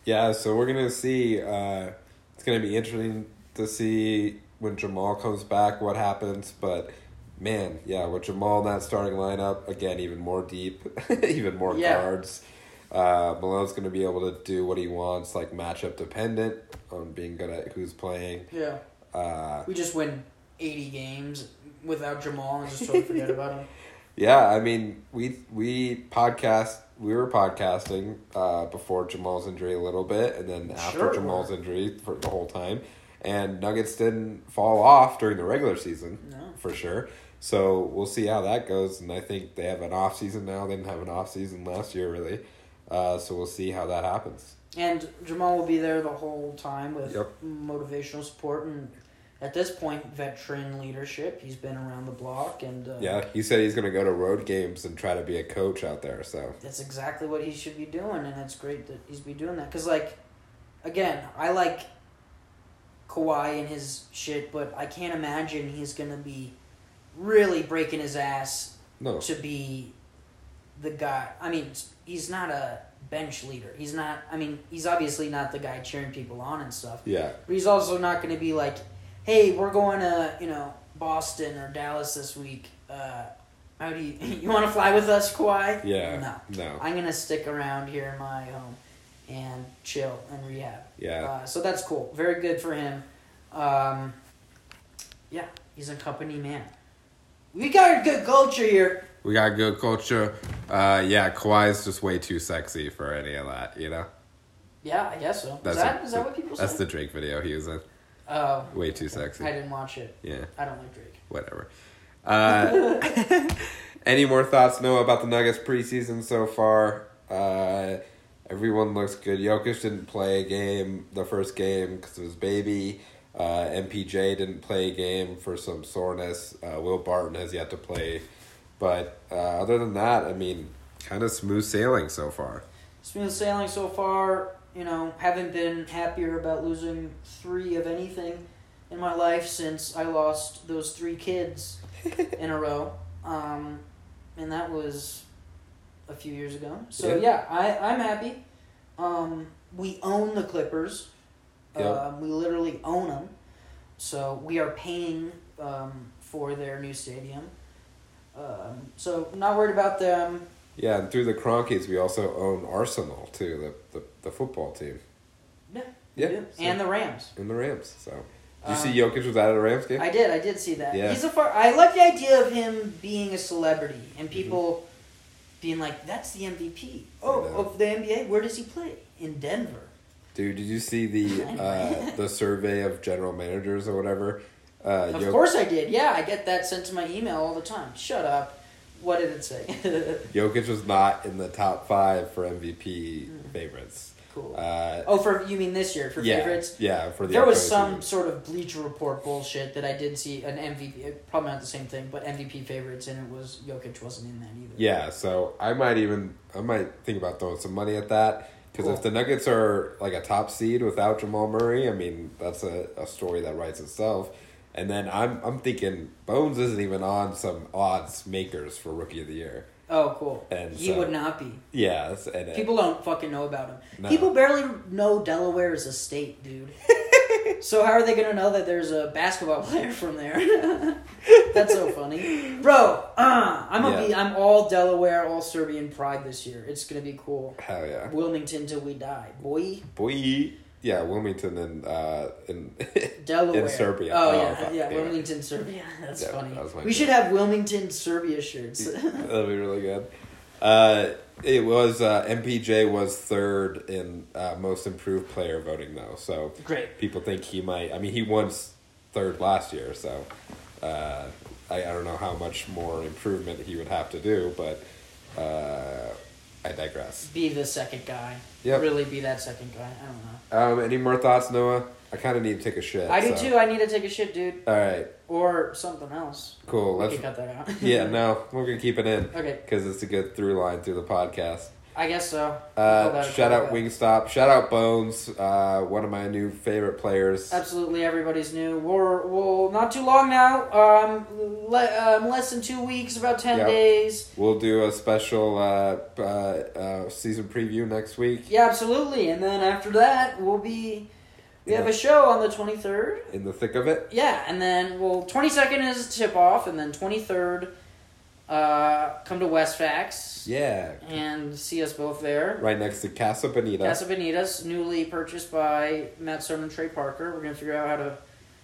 [SPEAKER 1] Yeah, so we're gonna see. Uh, it's gonna be interesting to see when Jamal comes back what happens. But man, yeah, with Jamal in that starting lineup again, even more deep, even more
[SPEAKER 2] Yeah.
[SPEAKER 1] guards. Uh, Malone's gonna be able to do what he wants, like matchup dependent on being good at who's playing.
[SPEAKER 2] Yeah,
[SPEAKER 1] Uh,
[SPEAKER 2] we just win 80 games without Jamal and just totally forget about him.
[SPEAKER 1] yeah, I mean, we we podcast we were podcasting uh, before Jamal's injury a little bit, and then after
[SPEAKER 2] Sure.
[SPEAKER 1] Jamal's injury for the whole time, and Nuggets didn't fall off during the regular season
[SPEAKER 2] No.
[SPEAKER 1] for sure. So we'll see how that goes, and I think they have an off season now. They didn't have an off season last year really, uh, so we'll see how that happens.
[SPEAKER 2] And Jamal will be there the whole time with
[SPEAKER 1] Yep.
[SPEAKER 2] motivational support and at this point veteran leadership. He's been around the block and uh,
[SPEAKER 1] Yeah, he said he's gonna go to road games and try to be a coach out there. So
[SPEAKER 2] that's exactly what he should be doing, and it's great that he's be doing that. Cause like, again, I like Kawhi and his shit, but I can't imagine he's gonna be really breaking his ass
[SPEAKER 1] no,
[SPEAKER 2] to be the guy. I mean, he's not a bench leader. He's not. I mean, he's obviously not the guy cheering people on and stuff.
[SPEAKER 1] yeah,
[SPEAKER 2] But he's also not going to be like, hey, we're going to, you know, Boston or Dallas this week. Uh, how do you, you want to fly with us, Kawhi?
[SPEAKER 1] yeah,
[SPEAKER 2] No.
[SPEAKER 1] no,
[SPEAKER 2] I'm going to stick around here in my home and chill and rehab.
[SPEAKER 1] yeah.
[SPEAKER 2] Uh, so that's cool. Very good for him. Um, yeah, he's a company man. We got a good culture here.
[SPEAKER 1] We got good culture. Uh, yeah, Kawhi's just way too sexy for any of that, you know?
[SPEAKER 2] Yeah, I guess so. Is that, is that what people
[SPEAKER 1] That's
[SPEAKER 2] say?
[SPEAKER 1] the Drake video he was in.
[SPEAKER 2] Oh,
[SPEAKER 1] Way too
[SPEAKER 2] I
[SPEAKER 1] sexy.
[SPEAKER 2] didn't watch it.
[SPEAKER 1] Yeah,
[SPEAKER 2] I don't like Drake.
[SPEAKER 1] whatever. Uh, any more thoughts, Noah, about the Nuggets preseason so far? Uh, everyone looks good. Jokic didn't play a game, the first game, because of his baby. Uh, MPJ didn't play a game for some soreness. Uh, Will Barton has yet to play. But uh, other than that, I mean, kind of smooth sailing so far.
[SPEAKER 2] Smooth sailing so far. You know, haven't been happier about losing three of anything in my life since I lost those three kids in a row. Um, and that was a few years ago. So yeah, I, I'm happy. Um, we own the Clippers.
[SPEAKER 1] Yeah.
[SPEAKER 2] Um, we literally own them. So we are paying um, for their new stadium. Um, so not worried about them.
[SPEAKER 1] Yeah, and through the Cronkies, we also own Arsenal too, the the, the football team.
[SPEAKER 2] Yeah.
[SPEAKER 1] Yeah. so-
[SPEAKER 2] And the Rams.
[SPEAKER 1] and the Rams. So did you see Jokic was out of the Rams game?
[SPEAKER 2] Um, I did. I did see that.
[SPEAKER 1] Yeah.
[SPEAKER 2] He's a far. I like the idea of him being a celebrity and
[SPEAKER 1] Mm-hmm.
[SPEAKER 2] people being like, "That's the MVP." Oh,
[SPEAKER 1] know.
[SPEAKER 2] of the NBA, where does he play? In Denver.
[SPEAKER 1] Dude, did you see the uh, the survey of general managers or whatever? Uh,
[SPEAKER 2] of
[SPEAKER 1] Jok-
[SPEAKER 2] course I did. Yeah, I get that sent to my email all the time. Shut up. What did it say?
[SPEAKER 1] Jokic was not in the top five for MVP favorites.
[SPEAKER 2] cool.
[SPEAKER 1] Uh,
[SPEAKER 2] oh, for you mean this year for
[SPEAKER 1] yeah,
[SPEAKER 2] favorites?
[SPEAKER 1] yeah, for the
[SPEAKER 2] There was
[SPEAKER 1] upcoming
[SPEAKER 2] some
[SPEAKER 1] season.
[SPEAKER 2] sort of Bleacher Report bullshit that I did see an MVP, uh, probably not the same thing, but MVP favorites, and it was Jokic wasn't in that either.
[SPEAKER 1] Yeah, so I might even I might think about throwing some money at that because
[SPEAKER 2] Cool.
[SPEAKER 1] if the Nuggets are like a top seed without Jamal Murray, I mean that's a, a story that writes itself. And then I'm I'm thinking Bones isn't even on some odds makers for Rookie of the Year.
[SPEAKER 2] Oh, cool.
[SPEAKER 1] And
[SPEAKER 2] he
[SPEAKER 1] so-
[SPEAKER 2] would not be.
[SPEAKER 1] Yes, and it-
[SPEAKER 2] People don't fucking know about him.
[SPEAKER 1] No.
[SPEAKER 2] People barely know Delaware is a state, dude. so how are they gonna know that there's a basketball player from there? That's so funny, bro. Uh, I'm a
[SPEAKER 1] Yeah.
[SPEAKER 2] be I'm all Delaware, all Serbian pride this year. It's gonna be cool.
[SPEAKER 1] hell yeah,
[SPEAKER 2] Wilmington till we die, boy.
[SPEAKER 1] boy, yeah, Wilmington and uh, in
[SPEAKER 2] Delaware.
[SPEAKER 1] in Serbia.
[SPEAKER 2] Oh, yeah,
[SPEAKER 1] fuck,
[SPEAKER 2] yeah, Wilmington, Serbia. That's
[SPEAKER 1] Yeah,
[SPEAKER 2] funny.
[SPEAKER 1] that was my
[SPEAKER 2] we should have Wilmington, Serbia shirts.
[SPEAKER 1] That'd be really good. Uh, it was uh, MPJ was third in uh, most improved player voting though, so
[SPEAKER 2] Great.
[SPEAKER 1] people think he might. I mean, he won s- third last year, so uh, I, I don't know how much more improvement he would have to do, but uh, I digress.
[SPEAKER 2] be the second guy.
[SPEAKER 1] Yep.
[SPEAKER 2] Really be that second guy. I don't know.
[SPEAKER 1] Um, any more thoughts, Noah? I kind of need to take a shit.
[SPEAKER 2] I do
[SPEAKER 1] so-
[SPEAKER 2] too. I need to take a shit, dude,
[SPEAKER 1] All right,
[SPEAKER 2] or something else.
[SPEAKER 1] cool.
[SPEAKER 2] We
[SPEAKER 1] Let's.
[SPEAKER 2] can cut that out.
[SPEAKER 1] Yeah, no, we're gonna keep it in.
[SPEAKER 2] Okay.
[SPEAKER 1] Because it's a good through line through the podcast.
[SPEAKER 2] I guess so. We'll call
[SPEAKER 1] Uh,
[SPEAKER 2] that a
[SPEAKER 1] shout out
[SPEAKER 2] callback.
[SPEAKER 1] Wingstop. Shout out Bones. Uh, one of my new favorite players.
[SPEAKER 2] Absolutely, everybody's new. We're well, not too long now. Um, le- um, less than two weeks, about ten
[SPEAKER 1] Yep.
[SPEAKER 2] days.
[SPEAKER 1] We'll do a special uh, uh, uh, season preview next week.
[SPEAKER 2] Yeah, absolutely. And then after that, we'll be. We have
[SPEAKER 1] Yeah.
[SPEAKER 2] a show on the twenty third.
[SPEAKER 1] In the thick of it.
[SPEAKER 2] Yeah, and then well, twenty second is tip off, and then twenty third, uh, come to Westfax
[SPEAKER 1] Yeah.
[SPEAKER 2] and see us both there.
[SPEAKER 1] Right next to Casa Bonita.
[SPEAKER 2] Casa Bonitas, newly purchased by Matt Stone and Trey Parker. We're gonna figure out how to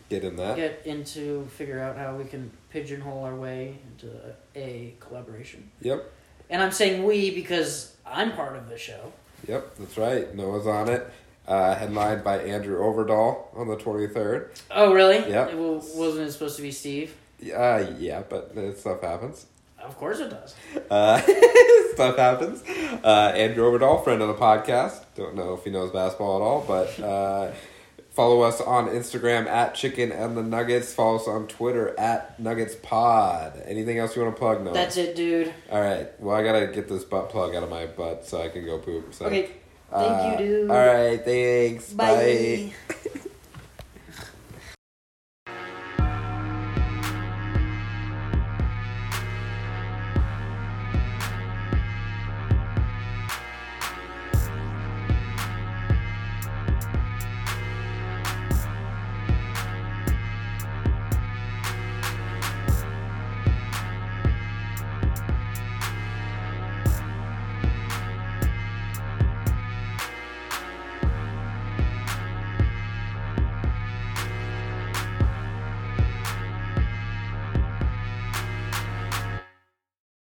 [SPEAKER 1] Get in that.
[SPEAKER 2] get into figure out how we can pigeonhole our way into a collaboration.
[SPEAKER 1] Yep.
[SPEAKER 2] And I'm saying we because I'm part of the show.
[SPEAKER 1] Yep. That's right. Noah's on it. Uh, headlined by Andrew Overdahl on the 23rd.
[SPEAKER 2] Oh, really?
[SPEAKER 1] Yep.
[SPEAKER 2] It wa- wasn't it supposed to be Steve?
[SPEAKER 1] Uh, yeah, but uh, stuff happens.
[SPEAKER 2] Of course it does.
[SPEAKER 1] Uh, stuff happens. Uh, Andrew Overdahl, friend of the podcast. Don't know if he knows basketball at all, but uh, follow us on Instagram at Chicken and the Nuggets. Follow us on Twitter at Nuggets Pod. Anything else you want to plug? No.
[SPEAKER 2] That's it, dude.
[SPEAKER 1] all right. Well, I gotta get this butt plug out of my butt so I can go poop. So.
[SPEAKER 2] Okay. Thank
[SPEAKER 1] uh,
[SPEAKER 2] you, dude.
[SPEAKER 1] All right. Thanks.
[SPEAKER 2] Bye.
[SPEAKER 1] Bye.